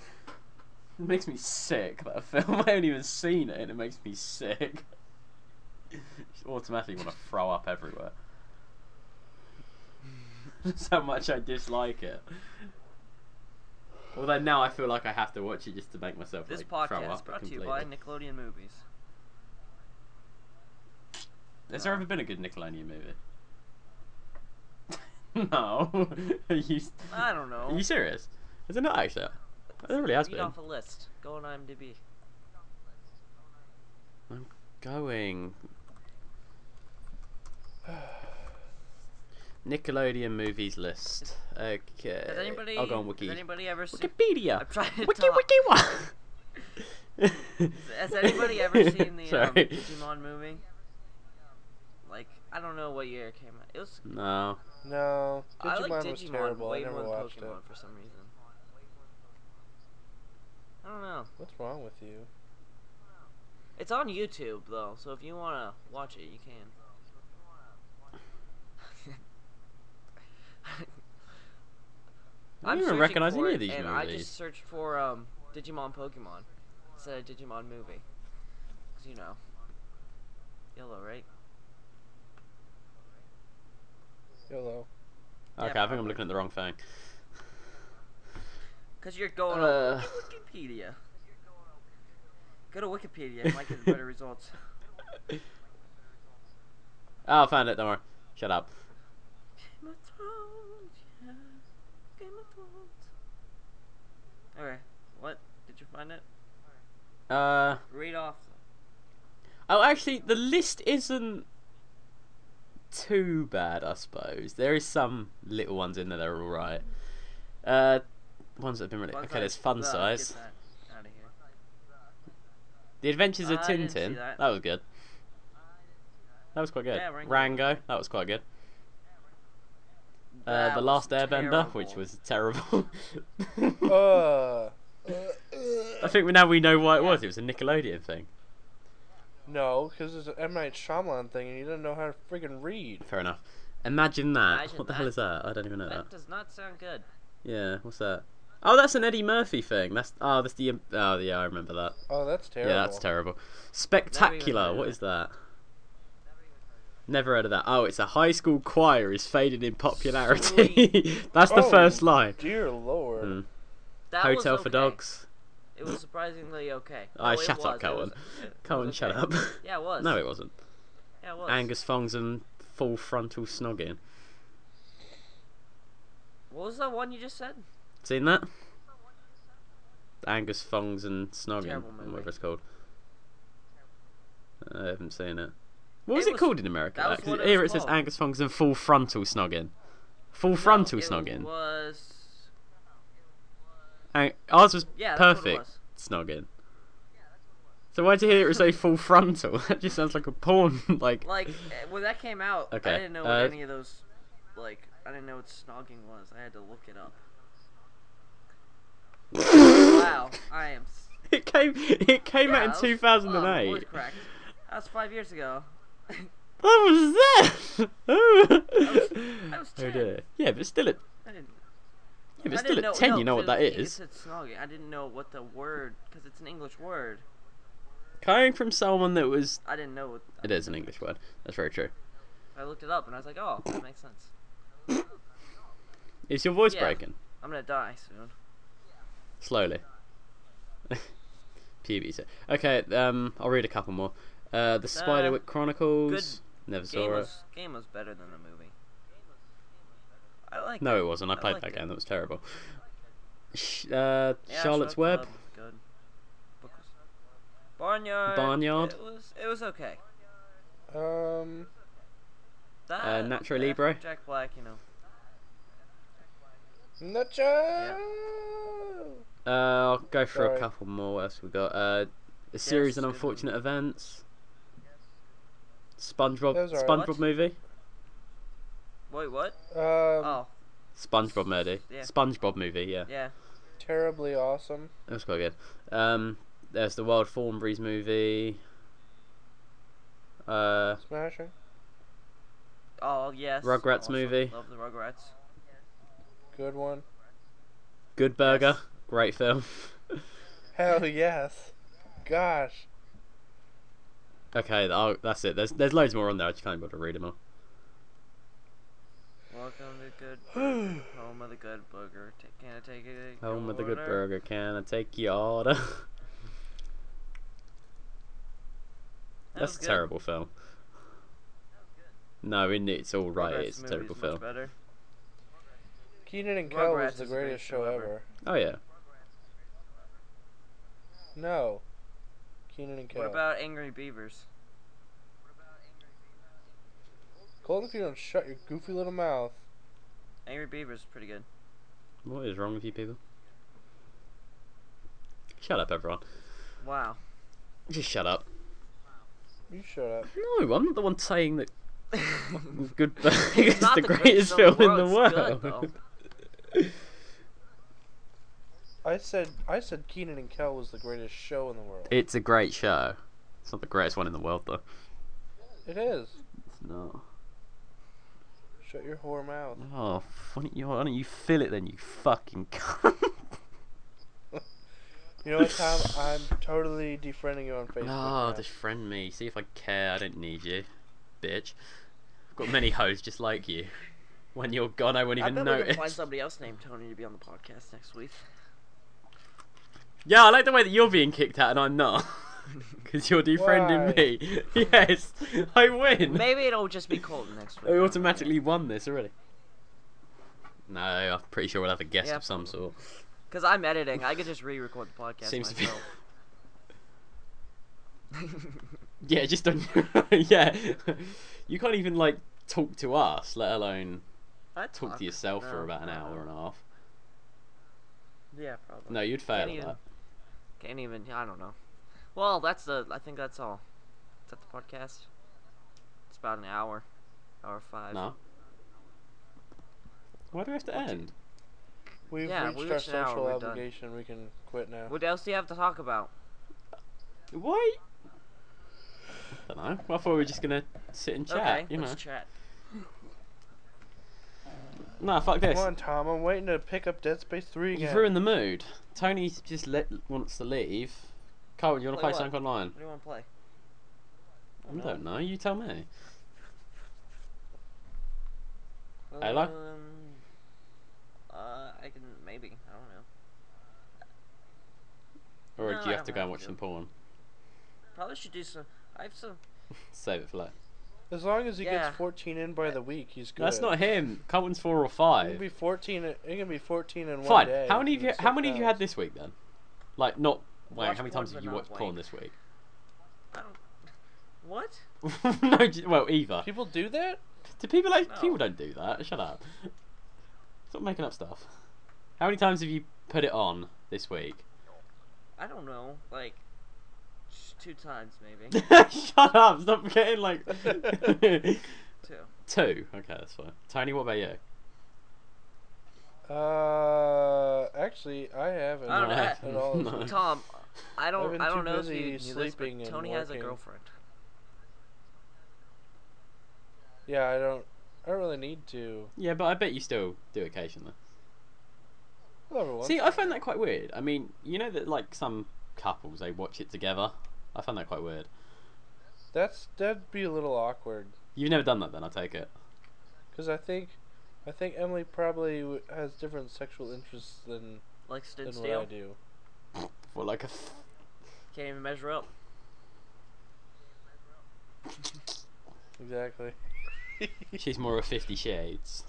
S1: makes me sick. That film. I haven't even seen it, and it makes me sick. Just automatically want to throw up everywhere. That's how much I dislike it. Although now I feel like I have to watch it just to make myself
S2: This
S1: like, throw
S2: podcast
S1: up
S2: brought to you
S1: completely.
S2: by Nickelodeon Movies.
S1: Has there
S2: No.
S1: ever been a good Nickelodeon movie? no. Are you,
S2: I don't know.
S1: are you serious? Is it not actually? There really has
S2: Read
S1: been.
S2: off a list. Go on IMDb.
S1: Going. Nickelodeon movies list. Okay.
S2: Has anybody?
S1: Uh, I'll go on Wiki.
S2: Has anybody ever seen?
S1: Wikipedia.
S2: I'm trying to
S1: wiki
S2: talk.
S1: wiki what?
S2: Has anybody ever seen the um,
S1: Sorry.
S2: Digimon movie? Like, I don't know what year it came out. It was.
S1: No.
S3: no, Digimon
S2: I like
S3: was
S2: Digimon
S3: terrible.
S2: way
S3: I never
S2: more than
S3: watched
S2: Pokemon
S3: it.
S2: for some reason. I don't know.
S3: What's wrong with you?
S2: It's on YouTube though, so if you wanna watch it, you can.
S1: I don't even
S2: searching
S1: recognise
S2: for
S1: any of
S2: it,
S1: these
S2: and I
S1: movies.
S2: just searched for um, Digimon Pokemon instead of Digimon movie. 'Cause, you know, YOLO, right?
S3: Hello.
S1: Okay, I think I'm
S2: probably.
S1: looking at the wrong thing.
S2: Because you're going
S1: Uh.
S2: on Wikipedia. Go to Wikipedia, it might get better results.
S1: Oh, I found it. Don't worry. Shut up.
S2: Game of Thrones, yeah. Game of Thrones. Okay, what? Did you find it?
S1: Uh.
S2: Read off.
S1: Oh, actually, the list isn't too bad, I suppose. There is some little ones in there that are all right. Uh, ones that have been really
S2: Fun
S1: okay.
S2: size.
S1: There's fun
S2: Ugh, get
S1: size.
S2: that outta here.
S1: The Adventures of
S2: I didn't see
S1: Tintin.
S2: that.
S1: That. was good. That was quite good.
S2: Yeah, Rango.
S1: Rango. That was quite good. Uh,
S2: That
S1: the
S2: was
S1: Last Airbender, which
S2: terrible.
S1: was terrible.
S3: Uh,
S1: I think we- now we know why it was. It was a Nickelodeon thing.
S3: no, because it's an M Night Shyamalan thing, and you don't know how to friggin' read.
S1: Fair enough. Imagine that.
S2: Imagine
S1: what the hell
S2: that.
S1: is that? I don't even know that.
S2: That does not sound good.
S1: Yeah, what's that? Oh, that's an Eddie Murphy thing. That's oh, that's the oh yeah, I remember that.
S3: Oh, that's terrible.
S1: Yeah, that's terrible. Spectacular.
S2: heard of
S1: What
S2: it.
S1: is that? Never heard of that. Oh, it's a high school choir is fading in popularity. that's the
S3: Oh.
S1: first line.
S3: Dear Lord.
S1: Mm.
S2: That was
S1: Hotel for
S2: okay.
S1: dogs.
S2: It was surprisingly okay.
S1: Ah,
S2: No, it
S1: shut up,
S2: was, it was-
S1: Cohen.
S2: it- it
S1: Come on,
S2: was
S1: shut
S2: okay.
S1: up.
S2: Yeah, it was.
S1: no, it wasn't.
S2: yeah, it was.
S1: Angus Fongs and full frontal snogging.
S2: What was that one you just said?
S1: Seen that? Angus Fongs and snogging,
S2: Terrible
S1: or
S2: movie.
S1: whatever it's called. I haven't seen it. What was
S2: It
S1: it
S2: was-
S1: called in America?
S2: that
S1: though?
S2: was
S1: 'Cause
S2: what it
S1: here
S2: was
S1: it says
S2: called.
S1: Angus Fongs and full frontal snogging. Full
S2: No,
S1: frontal
S2: it
S1: snogging.
S2: Was
S1: Ang- ours was
S2: yeah, that's What it
S1: perfect
S2: was.
S1: snogging. So why'd you hear it say full frontal? That just sounds like a porn. like
S2: Like eh, when that came out,
S1: Okay,
S2: I didn't know what
S1: uh,
S2: any of those. Like I didn't know what snogging was. I had to look it up. wow, I am. s-
S1: it came it came
S2: yeah,
S1: out
S2: I
S1: in
S2: was-
S1: two
S2: wow,
S1: thousand
S2: my
S1: and
S2: voice
S1: eight.
S2: cracked. That was five years ago.
S1: What was that?
S2: I was
S1: oh
S2: 10.
S1: dear. Yeah, but still at
S2: I didn't.
S1: yeah,
S2: I
S1: but still
S2: didn't
S1: at
S2: know,
S1: ten,
S2: no,
S1: you know what
S2: because
S1: that
S2: it- it
S1: is.
S2: said snogging. I didn't know what the word because it's an English word.
S1: Coming from someone that was
S2: I didn't know what.
S1: it is an English word. That's very true.
S2: I looked it up and I was like, oh, that makes sense.
S1: Is your voice
S2: Yeah.
S1: breaking
S2: I'm gonna die soon.
S1: slowly? Puberty. Okay, um, I'll read a couple more. Uh, the Spiderwick Chronicles. Never saw
S2: Game
S1: it.
S2: was, game was better than the movie. I like.
S1: No, it wasn't. I
S2: I
S1: played
S2: liked
S1: that
S2: it.
S1: game. That was terrible. Sh- Uh,
S2: Yeah,
S1: Charlotte's
S2: Shrek
S1: Web.
S2: Club was Good. Book was- Barnyard.
S1: Barnyard.
S2: It was. It was okay.
S1: Hmm.
S3: Um,
S2: That.
S1: Natural
S2: that,
S1: Uh, Libre.
S2: Jack Black, you know.
S3: nacho.
S1: Uh, I'll go for a
S3: Sorry.
S1: couple more. What else we got? Uh, a series
S2: Yes,
S1: of
S2: good one.
S1: unfortunate events. SpongeBob.
S3: That was alright.
S1: SpongeBob
S2: What?
S1: movie.
S2: Wait, what?
S3: Um,
S2: oh,
S1: SpongeBob movie.
S2: Yeah.
S1: SpongeBob movie. Yeah,
S2: yeah.
S3: terribly awesome.
S1: that was quite good. Um, there's the Wild Thornberrys movie. Uh,
S3: Smashing.
S2: Oh, yes.
S1: Rugrats
S2: awesome.
S1: movie.
S2: Love the Rugrats.
S3: Good one.
S1: Good Burger. Great film.
S3: Hell yes. Gosh.
S1: okay, i that's it. There's there's loads more on there. I just can't bother to read them all.
S2: Welcome to Good Burger, home of the good booger. Ta- Can I take it?
S1: Home of the good
S2: order?
S1: burger, can I take your order?
S2: That
S1: That's
S2: was
S1: a
S2: good.
S1: terrible film. No, in it's all right.
S2: Rugrats
S1: it's a
S2: movie's
S1: terrible
S2: much
S1: film.
S2: better.
S3: Keenan and Kel
S2: Rugrats
S3: was the
S2: is the greatest
S3: greatest show
S2: show
S3: ever.
S2: ever.
S1: Oh yeah,
S3: No. Keenan and Kel.
S2: What about Angry Beavers?
S3: Colton, if you don't shut your goofy little mouth.
S2: Angry Beavers is pretty good.
S1: what is wrong with you people? Shut up, everyone.
S2: Wow.
S1: Just shut up.
S3: You shut up.
S1: No, I'm not the one saying that
S2: it's
S1: Good Burger is
S2: not
S1: the greatest
S2: greatest
S1: film in the
S2: It's good,
S1: world.
S2: though.
S3: I said I said Keenan and Kel was the greatest show in the world.
S1: it's a great show. It's not the greatest one in the world though.
S3: It is.
S1: It's not.
S3: Shut your whore mouth.
S1: Oh, why don't you, why don't you feel it then, you fucking cunt?
S3: You know what, Tom? I'm totally defriending you on Facebook.
S1: No,
S3: now.
S1: just friend me. See if I care. I don't need you, bitch. I've got many hoes just like you. When you're gone, I won't
S2: I
S1: even
S2: bet we can find
S1: notice.
S2: somebody else named Tony to be on the podcast next week.
S1: Yeah, I like the way that you're being kicked out and I'm not. Because you're defriending
S3: Why?
S1: me. yes, I win.
S2: Maybe it'll just be Colton next week.
S1: I automatically won this already. No, I'm pretty sure we'll have a guest
S2: Yeah.
S1: of some sort.
S2: Because I'm editing. I could just re-record the podcast
S1: Seems to be.
S2: myself.
S1: yeah, just on your Yeah. You can't even, like, talk to us, let alone
S2: I
S1: talk to yourself for
S2: No,
S1: about an
S2: no.
S1: hour and a half.
S2: Yeah, probably.
S1: No, you'd fail
S2: Can't
S1: at
S2: even-
S1: that.
S2: Can't even. I don't know. Well, that's the. I think that's all. Is that the podcast? It's about an hour, hour five.
S1: No. Why do we have to end?
S3: We've
S2: Yeah,
S3: reached
S2: we
S3: our
S2: reached an hour,
S3: social
S2: we're done.
S3: obligation. We can quit now.
S2: What else do you have to talk about?
S1: Why? I don't know. I thought we were just gonna sit and chat.
S2: okay,
S1: you know.
S2: let's chat.
S1: Nah, fuck this.
S3: Come on, Tom. I'm waiting to pick up Dead Space 3 again.
S1: You've ruined the mood. Tony just let, wants to leave. Carl, you wanna play,
S2: Play what?
S1: something online?
S2: What do you want to play?
S1: I don't, know. You tell me.
S2: know.
S1: Halo?
S2: Um, uh, I can maybe. I don't know.
S1: Or
S2: No,
S1: do you
S2: I
S1: have to
S2: don't
S1: go and
S2: have
S1: watch
S2: to.
S1: some porn?
S2: Probably should do some. I have some.
S1: Save it for later.
S3: As long as he
S2: Yeah.
S3: gets 14 in by the week, he's good.
S1: That's not him. Carlton's four or
S3: It can
S1: five.
S3: be 14. It can be 14 in one
S1: Fine.
S3: day.
S1: How many of
S3: and
S1: you?
S3: it
S1: How many of you had
S3: still
S1: this week then? Like not. Wait,
S2: Watched
S1: how many
S2: porn,
S1: times
S2: but
S1: have you
S2: not
S1: watched porn
S2: wank.
S1: this week?
S2: I don't. What?
S1: no, j- well, either.
S3: counts. People do that?
S1: Do people like
S2: No.
S1: people don't do that? Shut up. Stop making up stuff. How many times have you put it on this week?
S2: I don't know. Like, sh- two times maybe.
S1: Shut up! Stop getting like
S2: two.
S1: two. Okay, that's fine. Tony, what about you?
S3: Uh, actually, I haven't.
S2: I don't know.
S3: at all.
S1: No.
S2: Tom, I
S3: I've
S2: don't.
S3: been
S2: I don't
S3: too
S2: know if
S3: busy
S2: you knew this, but
S3: sleeping and
S2: Tony has a
S3: working.
S2: girlfriend.
S3: Yeah, I don't. I don't really need to.
S1: Yeah, but I bet you still do occasionally.
S3: Well, every once
S1: See,
S3: in
S1: I
S3: a
S1: find
S3: while.
S1: that quite weird. I mean, you know that like some couples they watch it together. I find that quite weird.
S3: that's that'd be a little awkward
S1: You've never done that, then I take it.
S3: because I think, I think Emily probably w- has different sexual interests than
S2: Like stood
S3: than what
S2: still.
S3: I do.
S1: For like a f-
S2: Can't even measure up.
S3: Exactly.
S1: she's more of Fifty Shades.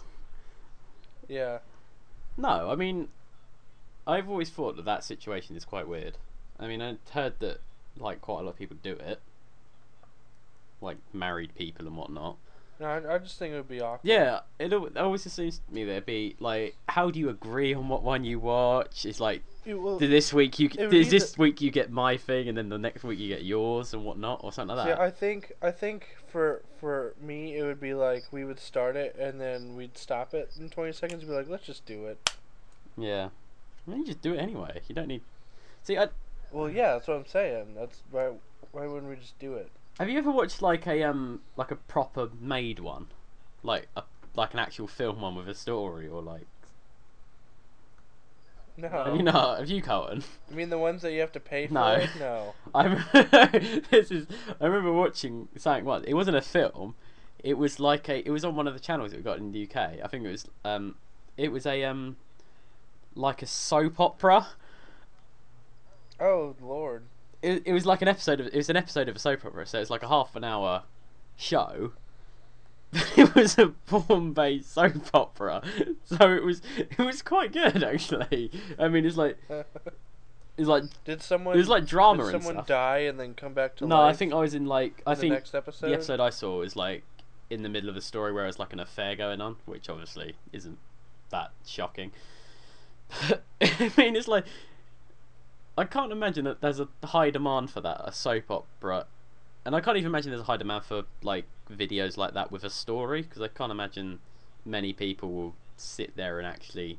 S3: Yeah.
S1: No, I mean, I've always thought that that situation is quite weird. I mean, I heard that like quite a lot of people do it, like married people and whatnot.
S3: No, I, I just think it would be awkward.
S1: Yeah, it al- it always just seems to me there'd be like, how do you agree on what one you watch? It's like
S3: It will-
S1: th- this week you
S3: It would
S1: is
S3: either-
S1: this week you get my thing, and then the next week you get yours and whatnot, or something like
S3: See,
S1: that.
S3: I think I think for for me it would be like we would start it and then we'd stop it in 20 seconds. and Be like, let's just do it.
S1: Yeah, I mean, you just do it anyway. You don't need. See, I,
S3: Well, yeah, that's what I'm saying. That's why why wouldn't we just do it?
S1: Have you ever watched like a um like a proper made one, like a like an actual film one with a story or like
S3: No,
S1: have you not? Have you, Colin?
S3: I mean the ones that you have to pay for.
S1: No.
S3: it? no.
S1: I this is I remember watching something once. It wasn't a film. It was like a it was on one of the channels that we got in the UK. I think it was um it was a um like a soap opera.
S3: Oh Lord.
S1: It, it was like an episode of it was an episode of a soap opera. So it's like a half an hour show. It was a porn-based soap opera, so it was it was quite good actually. I mean, it's like it's like
S3: Did someone?
S1: it was like drama
S3: did
S1: and
S3: someone
S1: stuff.
S3: die and then come back to
S1: No,
S3: life?
S1: I think I was in like I
S3: in
S1: think
S3: the next episode.
S1: the episode I saw was like in the middle of a story where it's like an affair going on, which obviously isn't that shocking. I mean, it's like I can't imagine that there's a high demand for that a soap opera, and I can't even imagine there's a high demand for like videos like that with a story because I can't imagine many people will sit there and actually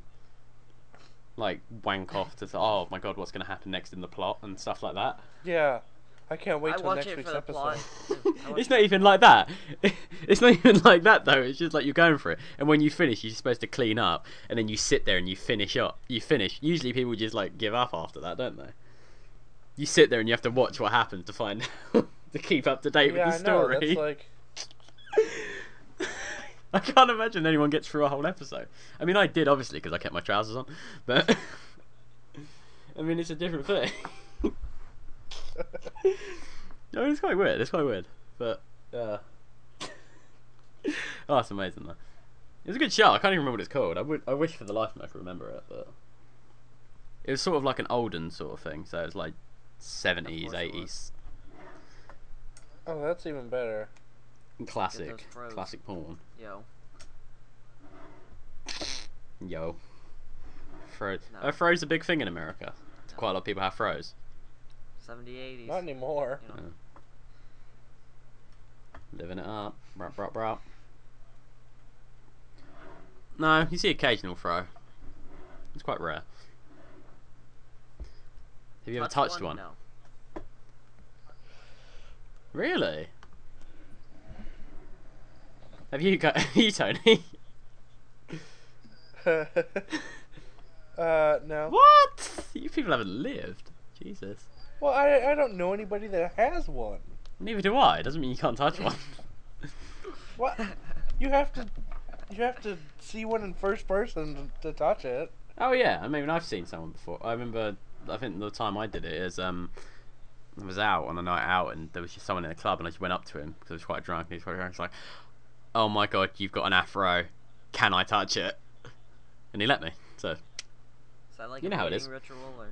S1: like wank off to oh my god what's going to happen next in the plot and stuff like that
S3: Yeah, I can't wait
S2: I
S3: till
S2: watch
S3: next
S2: it
S3: week's
S2: for the
S3: episode.
S2: plot. I
S1: it's
S2: watch
S1: not
S2: it.
S1: even like that. It's not even like that though. It's just like you're going for it, and when you finish, you're supposed to clean up, and then you sit there and you finish up. You finish. Usually, people just like give up after that, don't they? You sit there and you have to watch what happened to find out to keep up to date
S3: Yeah, I
S1: with the
S3: know.
S1: story.
S3: That's like
S1: I can't imagine anyone gets through a whole episode. I mean, I did obviously because I kept my trousers on, but I mean, it's a different thing. I mean, it's quite weird. It's quite weird, but uh, oh, it's amazing though. It's a good show. I can't even remember what it's called. I would, I wish for the life of me I could remember it, but it was sort of like an olden sort of thing. So it was like seventies,
S2: course it
S1: eighties,
S3: oh, that's even better.
S1: classic,
S2: pros.
S1: classic porn.
S2: Yo,
S1: Yo. Fro-
S2: No.
S1: Are fro's a big thing in America. Quite a lot of people have froze.
S2: 70, 80s.
S3: Not anymore.
S2: you know.
S1: Living it up. Brap, brap, brap. No, you see occasional fro. It's quite rare. Have you ever
S2: Touch
S1: touched one?
S2: No.
S1: Really? Have you got you Tony?
S3: uh, no.
S1: what? You people haven't lived. Jesus.
S3: Well, I I don't know anybody that has one.
S1: Neither do I. Doesn't mean you can't touch one.
S3: What? You have to, you have to see one in first person to, to touch it.
S1: Oh yeah, I mean I've seen someone before. I remember I think the time I did it is um, I was out on a night out and there was just someone in the club and I just went up to him because I was quite drunk and he was quite drunk. I was like, "Oh my god, you've got an afro. Can I touch it?" And he let me. So
S2: Is that like
S1: You
S2: a
S1: know how it
S2: mating
S1: is.
S2: ritual or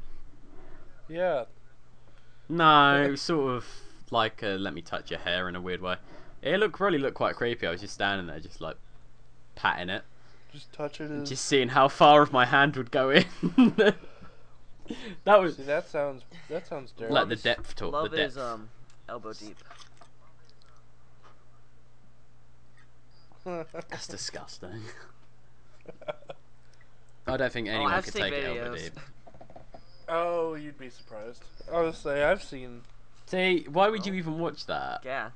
S3: Yeah.
S1: no, it was sort of like a let me touch your hair in a weird way. It looked really looked quite creepy. I was just standing there, just like patting it.
S3: Just touch it.
S1: and
S3: as-
S1: just seeing how far of my hand would go in. that was
S3: See, that sounds that sounds dirty.
S1: like the depth talk.
S2: love
S1: the depth.
S2: is um elbow deep.
S1: That's disgusting. I don't think anyone
S2: Oh, I've
S1: could
S2: seen
S1: take it elbow
S2: videos.
S1: deep.
S3: oh, you'd be surprised. Honestly, I've seen
S1: See, why would you even watch that?
S2: Yeah.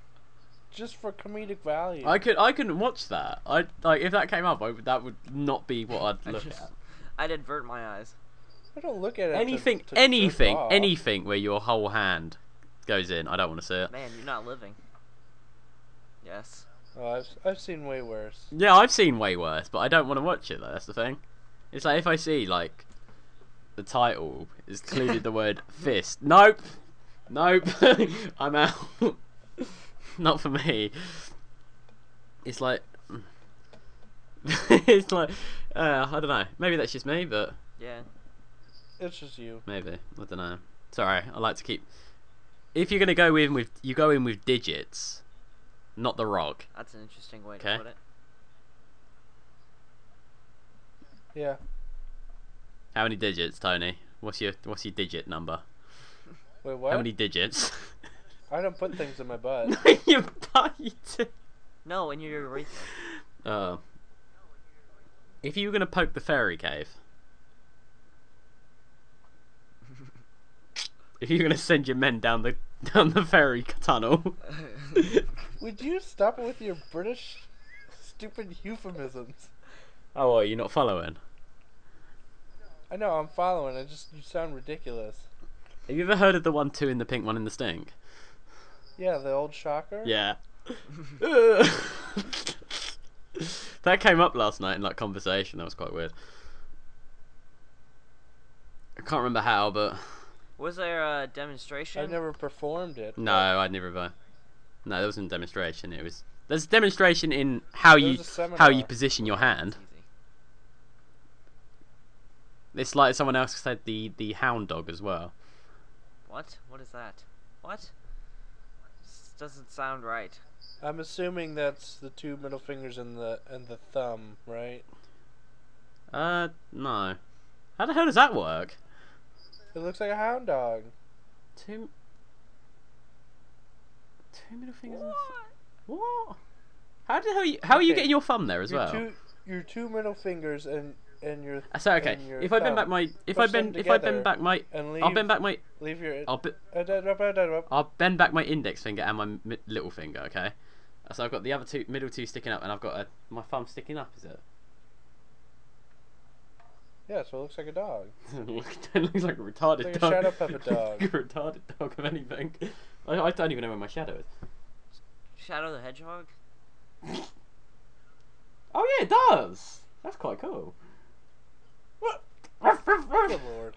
S3: just for comedic value.
S1: I could, I couldn't watch that. I like if that came up, I would, that would not be what I'd
S2: I
S1: look
S2: just-
S1: at.
S2: I'd invert my eyes.
S3: I don't look at it. to-
S1: Anything,
S3: to jerk
S1: anything,
S3: off.
S1: anything where your whole hand goes in, I don't want to see it.
S2: Man, you're not living. Yes.
S3: Oh, I've I've seen way worse.
S1: Yeah, I've seen way worse, but I don't want to watch it though. That's the thing. It's like if I see like the title is clearly the word fist. Nope, nope, I'm out. Not for me. It's like it's like uh, I don't know. Maybe that's just me, but
S2: Yeah.
S3: It's just you. maybe.
S1: maybe I don't know. Sorry, I like to keep. If you're gonna go in with you go in with digits, not the rog.
S2: That's an interesting way
S1: Okay.
S2: to put it.
S3: Yeah.
S1: How many digits, Tony? What's your what's your digit number?
S3: Wait, what?
S1: How many digits?
S3: I don't put things in my butt.
S1: you bite.
S2: No, in your urethra.
S1: Uh, if you were gonna poke the fairy cave, if you were gonna send your men down the down the fairy tunnel,
S3: Would you stop with your British stupid euphemisms?
S1: oh, are you not following?
S3: I know I'm following. I just you sound ridiculous.
S1: Have you ever heard of the one two in the pink, one in the stink?
S3: Yeah, the old shocker.
S1: Yeah. that came up last night in like conversation. That was quite weird. I can't remember how, but
S2: Was there a demonstration?
S3: I never performed it.
S1: No, I'd never buy. No, that wasn't a demonstration. It was there's a demonstration in how
S3: There
S1: you
S3: was a
S1: how you
S3: seminar.
S1: position your hand.
S2: It's easy.
S1: It's like someone else said the the hound dog as well.
S2: What? What is that? What? This doesn't sound right.
S3: I'm assuming that's the two middle fingers and the and the thumb, right?
S1: Uh, no. How the hell does that work?
S3: It looks like a hound dog.
S1: Two. Two middle fingers. and a th- what? How the hell you, how are you
S3: Okay.
S1: getting your thumb there as
S3: your
S1: well?
S3: two your two middle fingers and and your
S1: Uh, So okay,
S3: and your
S1: if I bend
S3: thumb.
S1: back my if I
S3: Push them
S1: bend if I bend
S3: together
S1: back my
S3: and leave
S1: I'll bend back my
S3: leave your
S1: I'll be,
S3: uh, da- da- da- da- da-
S1: I'll bend back my index finger and my mi- little finger, okay? So I've got the other two, middle two sticking up, and I've got a, my thumb sticking up. Is it?
S3: yeah, so it looks like a dog.
S1: it looks like a retarded
S3: Like a
S1: dog.
S3: shadow puppet dog.
S1: Like a retarded dog of anything. I, I don't even know where my shadow is.
S2: Shadow the Hedgehog?
S1: Oh yeah, it does. That's quite cool.
S3: Good lord.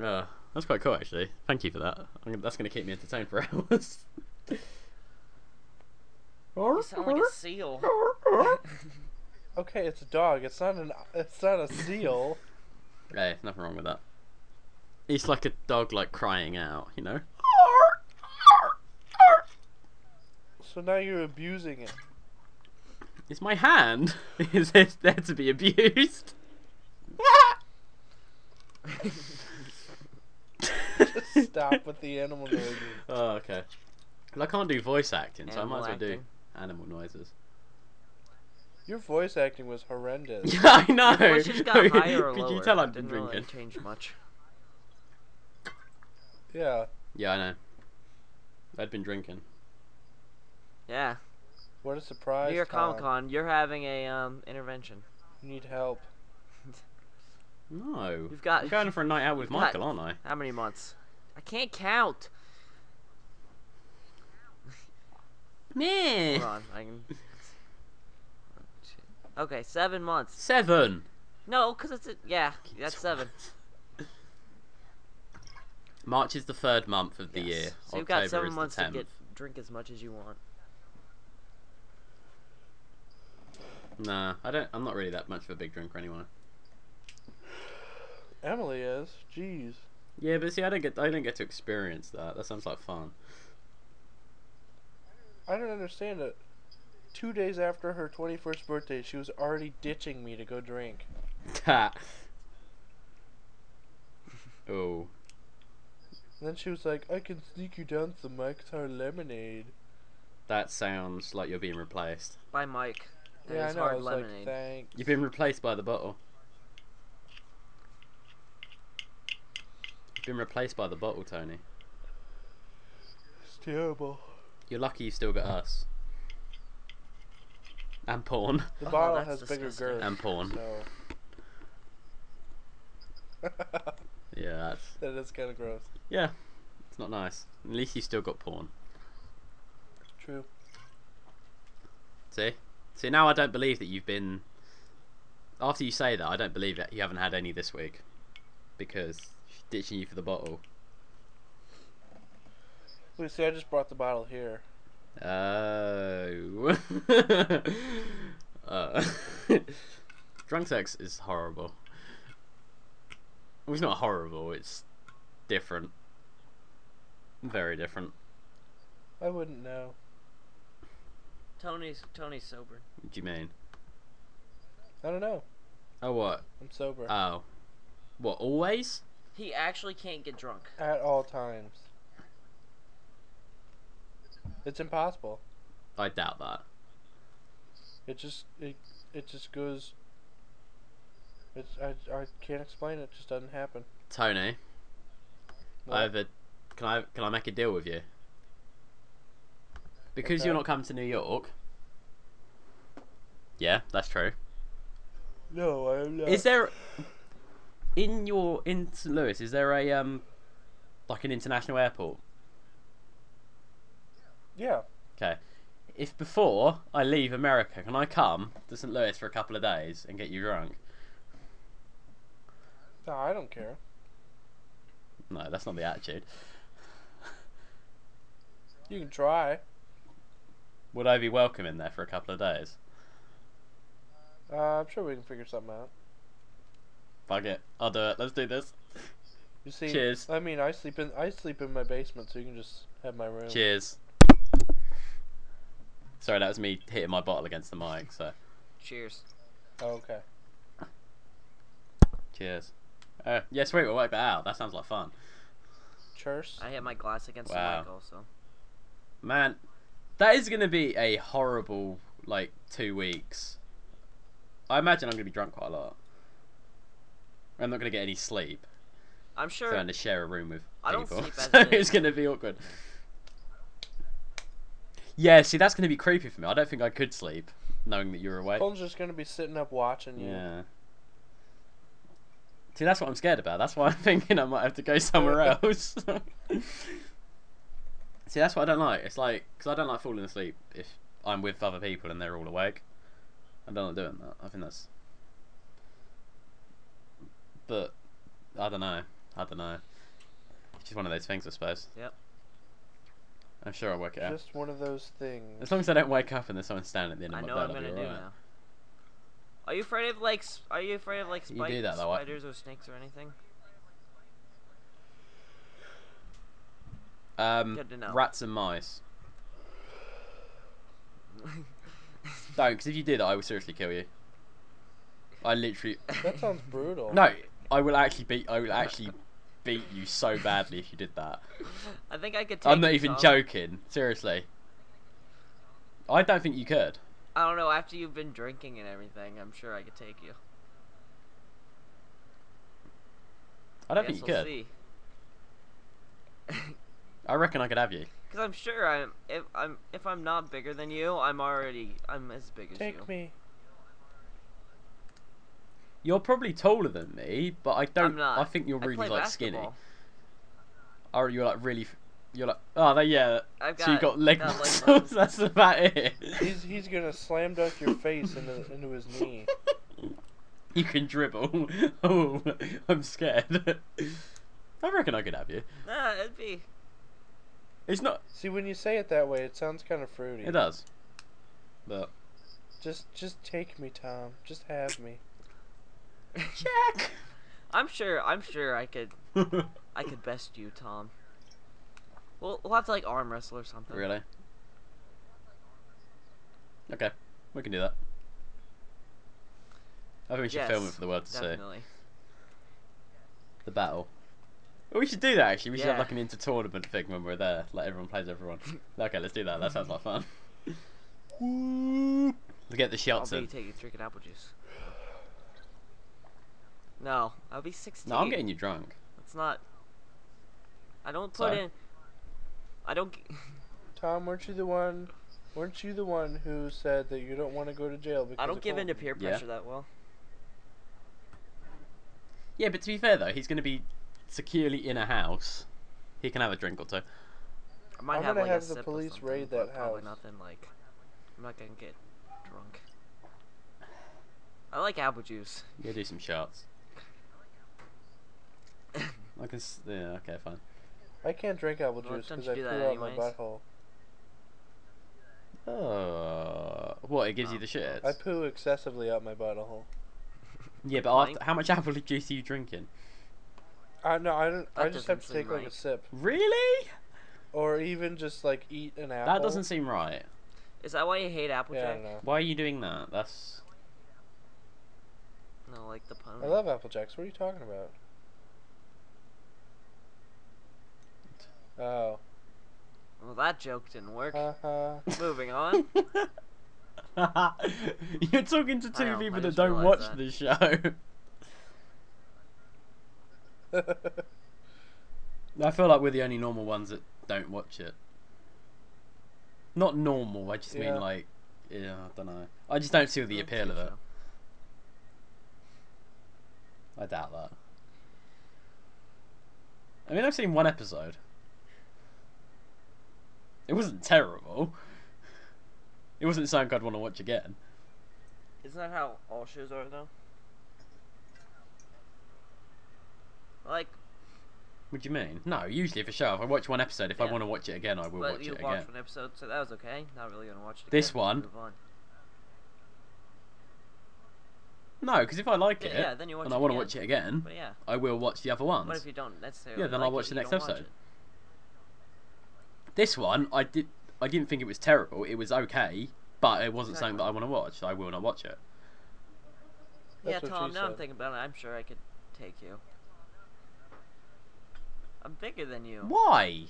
S1: Uh, that's quite cool, actually. Thank you for that. I'm, gonna- that's going to keep me entertained for hours.
S2: You sound like a seal.
S3: Okay, it's a dog. It's not an it's not a seal.
S1: Hey, nothing wrong with that. It's like a dog, like crying out, you know.
S3: So now you're abusing it.
S1: It's my hand. Is it there to be abused?
S3: Stop with the animal noises.
S1: Oh, okay. Well, I can't do voice acting, so I might
S2: Animal
S1: as well do
S2: acting.
S1: animal noises.
S3: Your voice acting was horrendous.
S1: Yeah, I know.
S2: Your voice just got higher or
S1: Could
S2: lower.
S1: you tell I've been
S2: Didn't
S1: drinking?
S2: really change much.
S3: Yeah.
S1: Yeah, I know. I'd been drinking.
S2: Yeah.
S3: What a surprise.
S2: New York
S3: Tom.
S2: Comic Con, you're having a um intervention.
S3: You need help.
S1: No.
S2: You've got
S1: I'm going for a night out with
S2: got-
S1: Michael, aren't I?
S2: how many months? I can't count.
S1: Meh.
S2: Hold on, I can. Okay, seven months.
S1: Seven.
S2: No, because it's a, yeah, that's seven.
S1: March is the third month of the
S2: Yes.
S1: year.
S2: So you've
S1: October
S2: got seven
S1: is
S2: months
S1: the
S2: to
S1: 10th.
S2: get drink as much as you want.
S1: Nah, I don't. I'm not really that much of a big drinker anyway.
S3: Emily is. Jeez.
S1: Yeah, but see, I don't get. I don't get to experience that. That sounds like fun.
S3: I don't understand it. Two days after her 21st birthday, she was already ditching me to go drink.
S1: oh,
S3: And then she was like, I can sneak you down some Mike's Hard Lemonade.
S1: that sounds like you're being replaced.
S2: By Mike. And
S3: yeah, I
S2: his
S3: know. I
S2: hard
S3: was like,
S2: lemonade.
S3: thanks.
S1: You've been replaced by the bottle. You've been replaced by the bottle, Tony.
S3: It's terrible.
S1: You're lucky you still got us. And porn.
S3: The
S2: Oh,
S3: bottle has
S2: that's
S3: bigger
S2: disgusting.
S3: girth.
S1: And porn.
S3: So.
S1: Yeah, that's.
S3: that is kind of gross.
S1: Yeah, it's not nice. At least you still got porn.
S3: True.
S1: See? See, now I don't believe that you've been. After you say that, I don't believe that you haven't had any this week. Because she's ditching you for the bottle.
S3: Wait, see, I just brought the bottle here.
S1: Oh. uh. Drunk sex is horrible. Well, it's not horrible, it's different. Very different.
S3: I wouldn't know.
S2: Tony's Tony's sober.
S1: What do you mean?
S3: I don't know.
S1: Oh, what?
S3: I'm sober.
S1: Oh. What, always?
S2: He actually can't get drunk.
S3: At all times. It's impossible.
S1: I doubt that.
S3: It just it it just goes. It's I, I can't explain it. it just doesn't happen.
S1: Tony, I
S3: Like,
S1: have a, can I can I make a deal with you? Because you're
S3: Okay.
S1: not coming to New York. Yeah, that's true.
S3: no, uh, I'm not.
S1: Is there in your in St. Louis? Is there a um like an international airport?
S3: yeah,
S1: Okay. If before I leave America, can I come to St. Louis for a couple of days and get you drunk?
S3: no, I don't care.
S1: No, that's not the attitude.
S3: You can try.
S1: Would I be welcome in there for a couple of days?
S3: Uh, I'm sure we can figure something out.
S1: Fuck it, I'll do it. Let's do this.
S3: You see,
S1: Cheers.
S3: I mean, I sleep in I sleep in my basement, so you can just have my room.
S1: Cheers. Sorry, that was me hitting my bottle against the mic. So.
S2: Cheers.
S3: Oh, okay.
S1: Cheers. Uh, yeah, sweet. We'll work that out. That sounds like fun.
S3: Cheers.
S2: I hit my glass against
S1: Wow.
S2: the mic also.
S1: Man, that is going to be a horrible, like, two weeks. I imagine I'm going to be drunk quite a lot. I'm not going to get any sleep.
S2: I'm
S1: So
S2: sure
S1: I'm going to share a room with
S2: I don't
S1: people.
S2: sleep as
S1: so
S2: it
S1: it's
S2: is.
S1: going to be awkward. Yeah, see, that's going to be creepy for me. I don't think I could sleep knowing that you're awake.
S3: Colin's just gonna be sitting up watching you.
S1: Yeah. See, that's what I'm scared about. That's why I'm thinking I might have to go somewhere else. See, that's what I don't like. It's like, because I don't like falling asleep if I'm with other people and they're all awake. I don't like doing that. I think that's. But, I don't know. I don't know. It's just one of those things, I suppose.
S2: Yep.
S1: I'm sure I'll work it out.
S3: Just one of those things.
S1: As long as I don't wake up and there's someone standing at the end
S2: I
S1: of my
S2: know
S1: bed,
S2: what I'm
S1: I'll be
S2: gonna do
S1: alright.
S2: now. Are you afraid of like? s- Are you afraid of like
S1: You do
S2: spikes,
S1: that, though, I-
S2: spiders, or snakes or anything?
S1: Um,
S2: Good to know.
S1: Rats and mice. Don't, because if you did, I will seriously kill you. I literally
S3: That sounds brutal.
S1: no. I will actually beat. I will actually beat you so badly if you did that.
S2: I think I could. Take
S1: I'm not
S2: you,
S1: even
S2: Tom.
S1: joking. Seriously. I don't think you could.
S2: I don't know. After you've been drinking and everything, I'm sure I could take you.
S1: I don't think you
S2: we'll
S1: could.
S2: see.
S1: I reckon I could have you.
S2: Because I'm sure I'm if I'm if I'm not bigger than you, I'm already I'm as big as you.
S3: Take me.
S1: You're probably taller than me, but I don't.
S2: I'm not.
S1: I think you're
S2: I
S1: really
S2: play
S1: like skinny.
S2: basketball.
S1: Or you're like really. f- You're like, oh, they, yeah.
S2: I've got.
S1: so you got leg
S2: got
S1: muscles.
S2: muscles.
S1: That's about it.
S3: He's he's gonna slam dunk your face into into his knee.
S1: You can dribble. oh, I'm scared. I reckon I could have you.
S2: Nah, it'd be.
S1: It's not.
S3: See, when you say it that way, it sounds kind of fruity.
S1: It does. But
S3: Just just take me, Tom. Just have me.
S1: Jack.
S2: I'm sure. I'm sure I could. I could best you, Tom. We'll we'll have to like arm wrestle or something.
S1: Really? Okay, we can do that. I think we should film it
S2: Yes,
S1: for the world to see.
S2: Definitely.
S1: The battle. Well, we should do that actually. We should have
S2: Yeah.
S1: like an inter tournament thing when we're there. Like everyone plays everyone. okay, let's do that. That sounds like fun. Let's get the
S2: I'll
S1: shots
S2: be
S1: in.
S2: taking drinking apple juice. No, I'll be 16.
S1: No, I'm getting you drunk.
S2: It's not. I don't put
S1: Sorry?
S2: in. I don't. g-
S3: Tom, weren't you the one? Weren't you the one who said that you don't want to go to jail because
S2: I
S3: of
S2: don't give in to
S3: Colton?
S2: peer
S1: Yeah.
S2: pressure that well.
S1: Yeah, but to be fair though, he's going to be securely in a house. He can have a drink or two.
S2: I might
S3: I'm
S2: have
S3: gonna
S2: like a
S3: have the
S2: sip or
S3: police
S2: something,
S3: raid
S2: but
S3: that
S2: Probably
S3: house.
S2: nothing like. I'm not gonna get drunk. I like apple juice.
S1: Yeah, do some shots. I can. S- yeah. Okay. Fine.
S3: I can't drink apple
S2: Well,
S3: juice
S2: don't
S3: because
S2: you do
S3: I poo
S2: that
S3: out my
S2: anyways?
S3: butthole.
S1: Oh, what? It gives you
S2: Oh,
S1: the shits.
S3: I poo excessively out my butthole.
S1: Yeah, but after,
S2: Blank.
S1: how much apple juice are you drinking?
S3: I no, I don't. I
S2: That
S3: just have to
S2: doesn't
S3: take
S2: seem
S3: like a
S2: right.
S3: sip,
S1: Really?
S3: or even just like eat an apple.
S1: That doesn't seem right.
S2: Is that why you hate
S3: Yeah, I
S2: Applejack?
S3: don't know.
S1: Why are you doing that? That's
S2: no, like the pun.
S3: I love apple jacks. What are you talking about? Oh,
S2: Well, that joke didn't work.
S3: ha ha.
S2: Moving on.
S1: You're talking to two
S2: know,
S1: people
S2: I
S1: that
S2: just
S1: don't watch
S2: realised that.
S1: the show. I feel like we're the only normal ones that don't watch it. Not normal. I just
S3: Yeah.
S1: mean like, yeah, I don't know. I just don't see the
S2: I
S1: appeal
S2: think
S1: of it.
S2: so.
S1: I doubt that. I mean, I've seen one episode. It wasn't terrible. It wasn't something I'd want to watch again.
S2: Isn't that how all shows are though? Like,
S1: What do you mean? No, usually for sure. If I watch one episode, if I
S2: Yeah.
S1: want to watch it again, I will
S2: but
S1: watch it
S2: you
S1: again.
S2: watched one episode, so that was okay. Not really gonna watch it.
S1: This
S2: again.
S1: one?
S2: Move on.
S1: No, because if I like
S2: Yeah,
S1: it
S2: yeah, then you watch
S1: and
S2: it
S1: I want to
S2: again.
S1: watch it again,
S2: But yeah,
S1: I will watch the other ones.
S2: what if you don't necessarily?
S1: Yeah, then
S2: like
S1: I'll watch
S2: it,
S1: the
S2: you
S1: next
S2: don't watch
S1: episode. This one, I did. I didn't think it was terrible. It was okay, but it wasn't something that I want to watch. so I will not watch it.
S2: it.
S3: That's
S2: yeah,
S3: what
S2: Tom.
S3: she
S2: Now I'm
S3: said.
S2: thinking about it. I'm sure I could take you. I'm bigger than you.
S1: Why?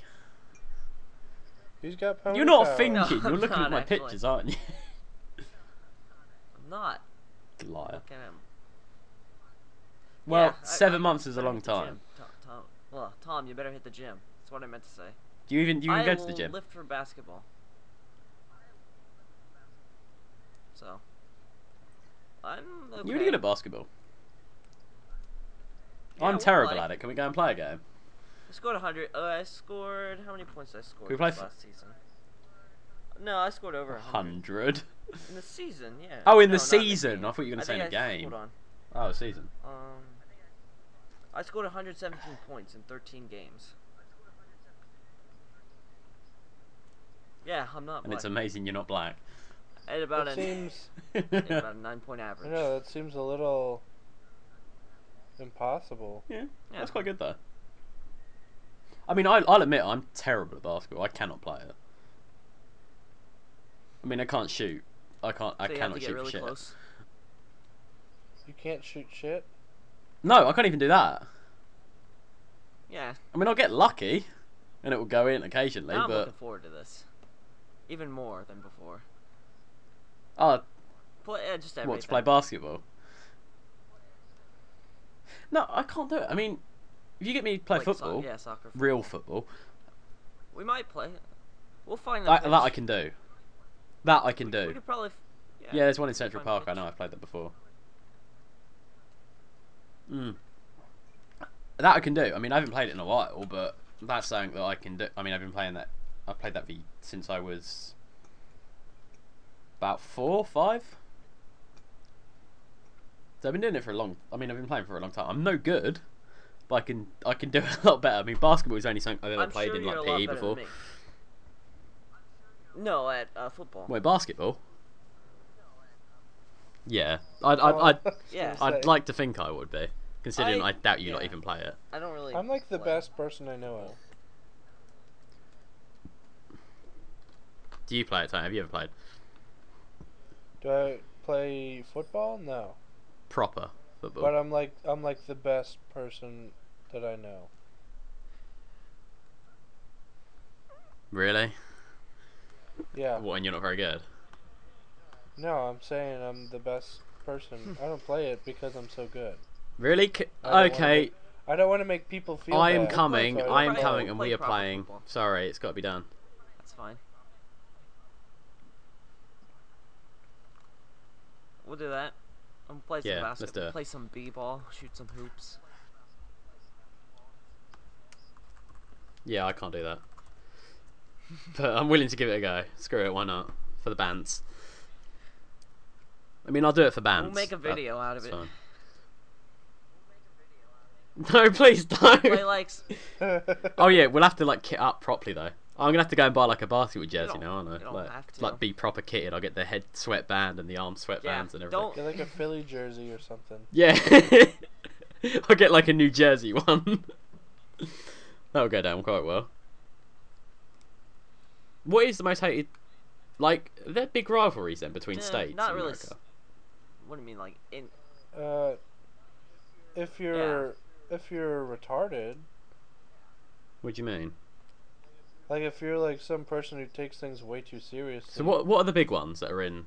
S3: He's got pony
S1: You're not
S3: power.
S1: thinking.
S2: No,
S1: You're
S2: I'm
S1: looking at
S2: not,
S1: my
S2: actually.
S1: pictures, aren't you?
S2: I'm not.
S1: Liar.
S2: Look at him.
S1: Well,
S2: Yeah, I-
S1: seven
S2: I-
S1: months is a
S2: better
S1: long
S2: hit the
S1: time.
S2: gym. Tom, Tom, well, Tom, you better hit the gym. That's what I meant to say.
S1: Do you even do you
S2: I
S1: even go to the
S2: will
S1: gym?
S2: lift for basketball. So. I'm. Okay.
S1: You're really good at basketball.
S2: Yeah,
S1: I'm
S2: well,
S1: terrible
S2: like-
S1: at it. Can we go and play a game?
S2: I scored 100. Oh, I scored. How many points did I score
S1: We play
S2: this
S1: f-
S2: last season? No, I scored over 100.
S1: Hundred.
S2: In the season, yeah.
S1: Oh, in
S2: No,
S1: the
S2: not
S1: season.
S2: game.
S1: I thought you were gonna
S2: I
S1: say in
S2: think
S1: the
S2: I-
S1: game.
S2: Hold
S1: Oh, season.
S2: on. Um, I scored 117 points in 13 games. Yeah, I'm not.
S1: And it's
S2: black.
S1: amazing you're not black.
S2: at about
S3: That
S2: an
S3: seems.
S2: at about a nine point
S3: I
S2: average.
S3: know that seems a little impossible.
S2: Yeah.
S1: That's quite good though. I mean, I, I'll admit I'm terrible at basketball. I cannot play it. I mean, I can't shoot. I can't. I
S2: so you have
S1: cannot
S2: to get
S1: shoot
S2: really
S1: for shit.
S2: close.
S3: You can't shoot shit.
S1: No, I can't even do that.
S2: Yeah,
S1: I mean, I'll get lucky, and it will go in occasionally.
S2: now I'm
S1: but
S2: looking forward to this, even more than before.
S1: oh,
S2: Play, uh, just everything.
S1: what to play basketball? No, I can't do it. I mean, if you get me to play
S2: Like so-
S1: football,
S2: yeah, soccer. Football.
S1: real football,
S2: We might play. We'll find the
S1: that, that I
S2: pitch.
S1: can do. That I can do.
S2: We could probably. f- Yeah.
S1: Yeah, there's one in Central
S2: Fun
S1: Park. I
S2: pitch.
S1: know. I've played that before. Hmm. Mm. That I can do. I mean, I haven't played it in a while, but that's something that I can do. I mean, I've been playing that. I've played that for, since I was about four, five. So I've been doing it for a long. I mean, I've been playing for a long time. I'm no good, but I can I can do it a lot better. I mean, basketball is only something I've ever
S2: I'm
S1: played
S2: sure
S1: in
S2: you're a
S1: like
S2: lot
S1: PE
S2: better
S1: before.
S2: Than me. No, at uh, football.
S1: Wait, basketball? Yeah, I'd I'd, I'd,
S3: Oh, I was
S2: Yeah.
S3: gonna
S1: I'd
S3: say,
S1: like to think I would be, considering I,
S2: I-
S1: doubt you lot
S2: yeah.
S1: even play it.
S2: I don't really.
S3: I'm like the
S2: play.
S3: best person I know of.
S1: Do you play it, Tony? Have you ever played
S3: Do I play football? No.
S1: proper football?
S3: But I'm like I'm like the best person that I know.
S1: Really?
S3: Yeah.
S1: What? And you're not very good.
S3: No, I'm saying I'm the best person. I don't play it because I'm so good.
S1: Really? C-
S3: I don't wanna
S1: okay.
S3: be- I don't want to make people feel.
S1: I am
S3: bad,
S1: coming.
S3: so
S1: I am
S3: don't
S2: Right,
S1: coming,
S2: we'll
S1: and
S2: play
S1: we are
S2: proper
S1: playing.
S2: football.
S1: Sorry, it's got to be done.
S2: That's fine. We'll do that. I'm gonna play some
S1: Yeah, let's do
S2: basketball.
S1: it.
S2: Play some b-ball. Shoot some hoops.
S1: Yeah, I can't do that. But I'm willing to give it a go. Screw it, why not? For the bands. I mean, I'll do it for bands.
S2: We'll make a
S1: but
S2: video out of
S1: it's
S2: it.
S1: fine. No, please don't.
S2: Play like s-
S1: Oh yeah, we'll have to like kit up properly though. I'm gonna have to go and buy like a basketball jersey
S2: don't-
S1: now, aren't I?
S2: you don't
S1: like,
S2: have to.
S1: like be proper kitted. I'll get the head sweatband and the arm sweatbands
S2: yeah.
S1: and everything.
S2: Don't.
S3: Get like a Philly jersey or something.
S1: Yeah. I'll get like a New Jersey one. That'll go down quite well. What is the most hated? Like, they're big rivalries then between
S2: Eh,
S1: states.
S2: not
S1: in
S2: really
S1: America.
S2: s- What do you mean like in?
S3: Uh, if you're if you're retarded,
S1: What do you mean?
S3: like if you're like some person who takes things way too seriously.
S1: So what? What are the big ones that are in?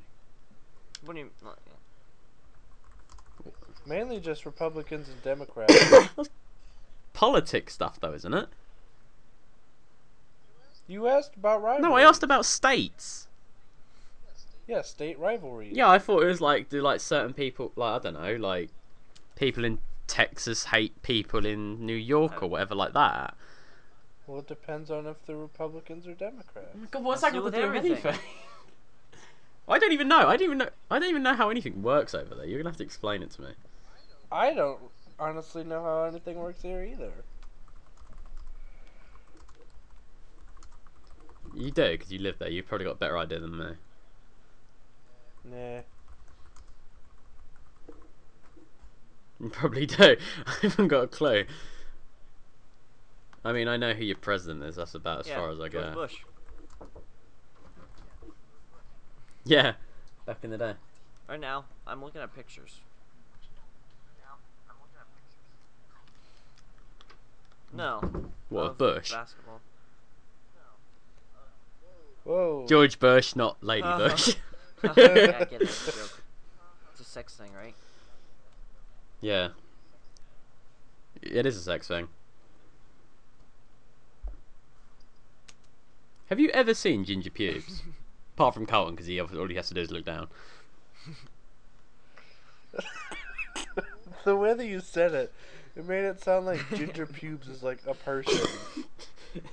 S2: What do you like,
S3: Mainly just Republicans and Democrats.
S1: That's politics stuff, though, isn't it?
S3: you asked about rivalries.
S1: No, I asked about states.
S3: Yeah, state rivalries.
S1: Yeah, I thought it was like do like certain people like I don't know like people in Texas hate people in New York or whatever like that.
S3: Well, it depends on if they're Republicans or
S2: Oh
S3: Democrats.
S1: God, what's
S2: that got to do with anything?
S1: I don't even know. I don't even know. I don't even know how anything works over there. You're gonna have to explain it to me.
S3: I don't honestly know how anything works here either.
S1: You do because you live there. You've probably got a better idea than me.
S3: Nah.
S1: You probably do. I haven't got a clue. I mean, I know who your president is. That's about as
S2: yeah,
S1: far as I
S2: George
S1: go.
S2: Bush.
S1: Yeah, back in the day.
S2: Right now, I'm looking at pictures. No.
S1: What
S2: of
S1: Bush?
S2: Basketball.
S3: Whoa.
S1: George Bush, not Lady
S2: Uh-huh.
S1: Bush.
S2: yeah, I get it. It's a joke. It's a sex thing, right?
S1: Yeah. It is a sex thing. Have you ever seen ginger pubes? Apart from Carlton, because he obvi- all he has to do is look down.
S3: The way that you said it, it made it sound like Ginger Pubes is like a person.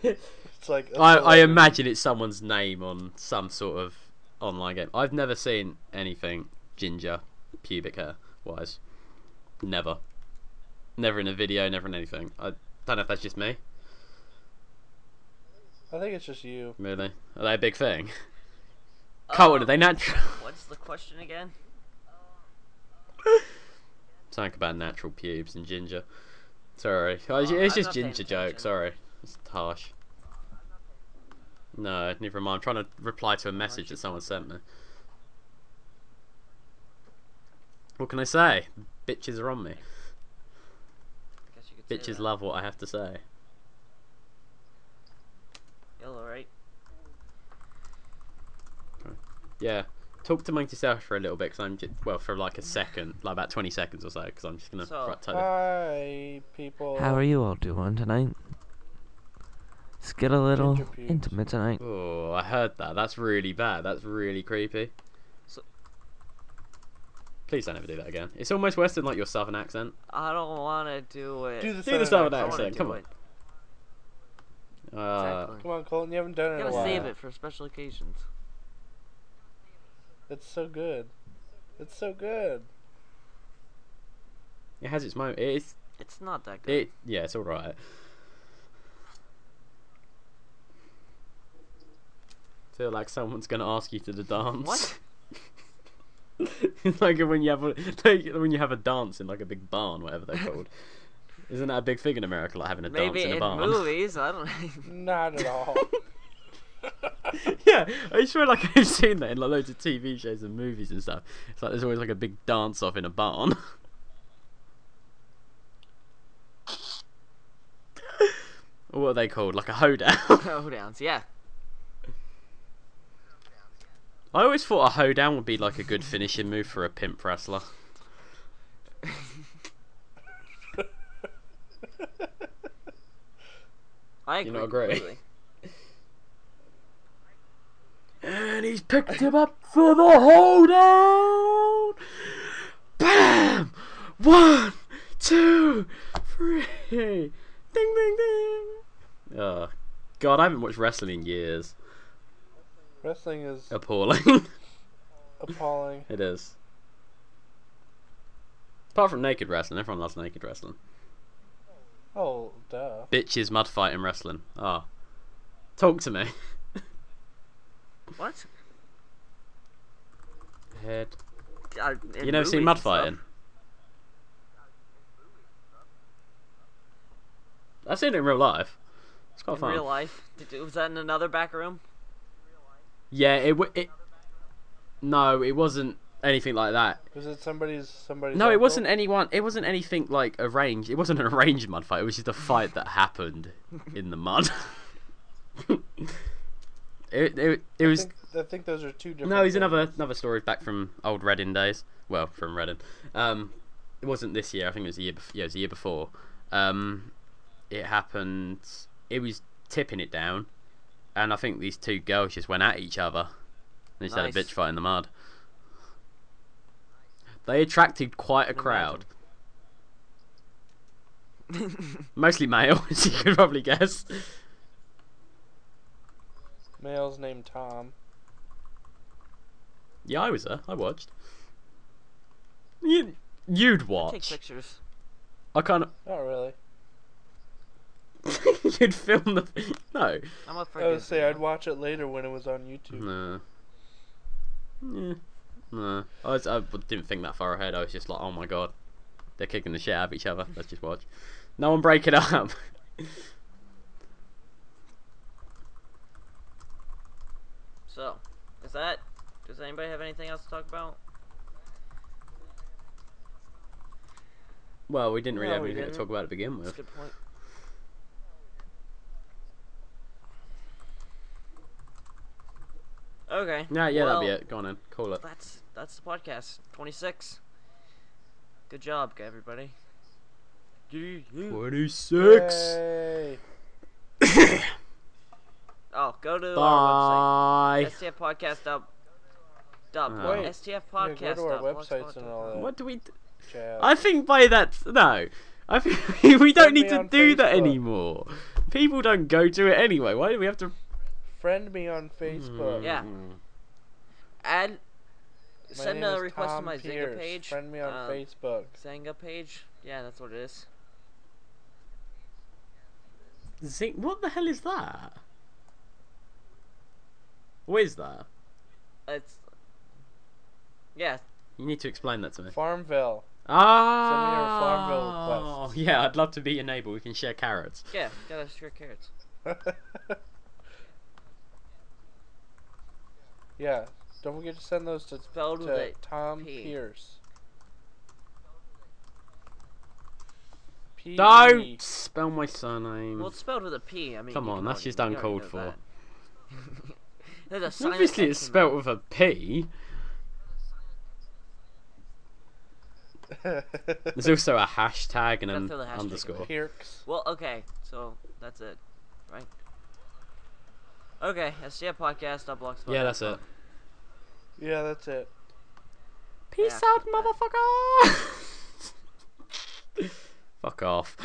S3: It's like a
S1: I, I
S3: celebrity.
S1: imagine it's someone's name on some sort of online game. I've never seen anything ginger pubic hair wise. Never. Never in a video, never in anything. I don't know if that's just me,
S3: I think it's just you.
S1: really. Are they a big thing? Carlton,
S2: Uh,
S1: are they natural?
S2: What's the question again?
S1: Something about natural pubes and ginger. Sorry, Oh, it's-
S2: Oh,
S1: it's
S2: I'm
S1: just
S2: not paying
S1: ginger joke.
S2: attention.
S1: Sorry, it's harsh. No, never mind. I'm trying to reply to a message that someone sent me. What can I say? Bitches are on me.
S2: I guess you could say
S1: Bitches
S2: that.
S1: love what I have to say.
S2: Yellow, right?
S1: Yeah, talk to Monkey South for a little bit, because I'm just, well for like a second, like about 20 seconds or so, because I'm just gonna.
S2: So-
S1: right, totally-
S3: Hi, people.
S4: How are you all doing tonight? Let's get a little
S3: Interviews.
S4: intimate tonight.
S1: Oh, I heard that. That's really bad. That's really creepy.
S2: So-
S1: Please don't ever do that again. It's almost worse than like your southern accent.
S2: I don't want to do it.
S3: Do
S1: Do
S3: the
S1: the
S3: southern
S1: southern
S2: I want
S3: accent.
S1: accent.
S2: to do
S1: Come
S2: it.
S1: on. Uh,
S2: exactly.
S3: Come on, Colton, you haven't done it in a
S2: Gotta
S3: while.
S2: save it for special occasions.
S3: It's so good. It's so good.
S1: it has its moment. It's
S2: It's not that good.
S1: it. Yeah, it's all right. Feel like someone's gonna ask you to the dance.
S2: What?
S1: It's like when you have a, like when you have a dance in like a big barn, whatever they're called. Isn't that a big thing in America, like having a
S2: Maybe
S1: dance in a
S2: in
S1: barn?
S2: movies, I don't.
S3: Not at all.
S1: yeah, I swear, like I've seen that in like loads of TV shows and movies and stuff. It's like there's always like a big dance off in a barn. what are they called? Like a hoedown.
S2: Hoedowns, yeah.
S1: I always thought a hoedown would be like a good finishing move for a pimp wrestler.
S2: I
S1: You
S2: agree.
S1: not agree?
S2: completely.
S1: And he's picked him up for the holdout. Bam! One, two, three. Ding, ding, ding. Oh, God, I haven't watched wrestling in years.
S3: Wrestling is
S1: Appalling.
S3: appalling.
S1: it is. Apart from naked wrestling, everyone loves naked wrestling.
S3: Oh, duh.
S1: Bitches mud fighting wrestling. Ah. Talk to me.
S2: What?
S1: Head.
S2: Uh, in
S1: You never seen
S2: movies
S1: mud
S2: and stuff.
S1: fighting? I've seen it in real life. It's quite
S2: in
S1: fun.
S2: real life? Did, was that in another back room?
S1: Yeah, it, w- it. No, it wasn't anything like that.
S3: Was it somebody's somebody's?
S1: No, it
S3: uncle?
S1: wasn't anyone. It wasn't anything like arranged. It wasn't an arranged mud fight. It was just a fight that happened in the mud. it, it, it
S3: I
S1: was.
S3: think, I think those are two different.
S1: No, he's
S3: things.
S1: another another story back from old Reading days. Well, from Reading. Um, it wasn't this year. I think it was the year. Bef- yeah, it was the year before. Um, it happened. It was tipping it down, and I think these two girls just went at each other. And just had a
S2: Nice.
S1: bitch fight in the mud. They attracted quite a
S2: Can
S1: crowd, mostly male, as you could probably guess.
S3: Male's named Tom.
S1: Yeah, I was there. I watched. You, you'd
S2: Take
S1: watch.
S2: pictures.
S1: I kind of.
S3: Not really.
S1: you'd film the. No.
S2: I'm up for
S3: I would say I'd
S2: a
S3: watch it later when it was on YouTube.
S1: No. Yeah. No. I, was, I w- didn't think that far ahead. I was just like, oh my god, they're kicking the shit out of each other. Let's just watch. No one break it up.
S2: So, is that? Does anybody have anything else to talk about?
S1: well, we didn't really
S3: No,
S1: have
S3: we
S1: anything to
S3: didn't.
S1: talk about to begin
S2: That's a
S1: with.
S2: good point. Okay.
S1: Nah, yeah,
S2: well,
S1: that'd be it. Go on then. Call it.
S2: That's that's the podcast. Twenty six. Good job, everybody.
S1: Twenty-six.
S3: Yay.
S2: Oh, go to our
S1: Bye.
S2: website. STF podcast dot dot
S1: Uh,
S2: blog-
S1: Wait,
S2: STF
S3: yeah,
S2: podcast
S3: go to our
S2: dot
S3: websites and all
S2: blogspot.com.
S1: What do we? d
S3: Chad.
S1: I think by that no. I think we don't
S3: Friend me
S1: need to
S3: on
S1: do that
S3: Facebook.
S1: anymore. People don't go to it anyway. Why do we have to? Mm.
S3: Friend me on
S1: Hmm.
S3: Facebook.
S2: Yeah. Add
S3: My
S2: send
S3: name
S2: a
S3: is
S2: request to
S3: Tom
S2: my Zynga
S3: Pierce.
S2: page.
S3: Friend me on
S2: um,
S3: Facebook.
S2: Zynga page. Yeah, that's what it is.
S1: Zing, what the hell is that? What is that?
S2: It's yeah.
S1: You need to explain that to me.
S3: Farmville.
S1: Ah,
S3: Farmville requests.
S1: yeah, I'd love to be your neighbour. We can share carrots.
S2: Yeah, gotta sure carrots.
S3: yeah. Don't forget to send those to,
S2: Spelled with
S3: to
S2: a
S3: Tom
S2: P.
S3: Pierce. P E.
S1: Don't spell my surname.
S2: Well, it's spelled with a P. I mean,
S1: Come
S2: you
S1: on,
S2: can
S1: that's
S2: already-
S1: just
S2: you already
S1: uncalled
S2: know
S1: for.
S2: that. There's a silent
S1: Obviously, it's
S2: X in
S1: spelt with a P. There's also a hashtag and
S2: Gotta
S1: an
S2: throw the hashtag in
S1: underscore.
S3: Pierce.
S2: there. Well, okay, so that's it, right? Okay, SDF podcast. Blogspot.
S1: Yeah, that's it.
S3: Yeah, that's it.
S1: Peace
S2: Yeah,
S1: out, motherfucker! Fuck off.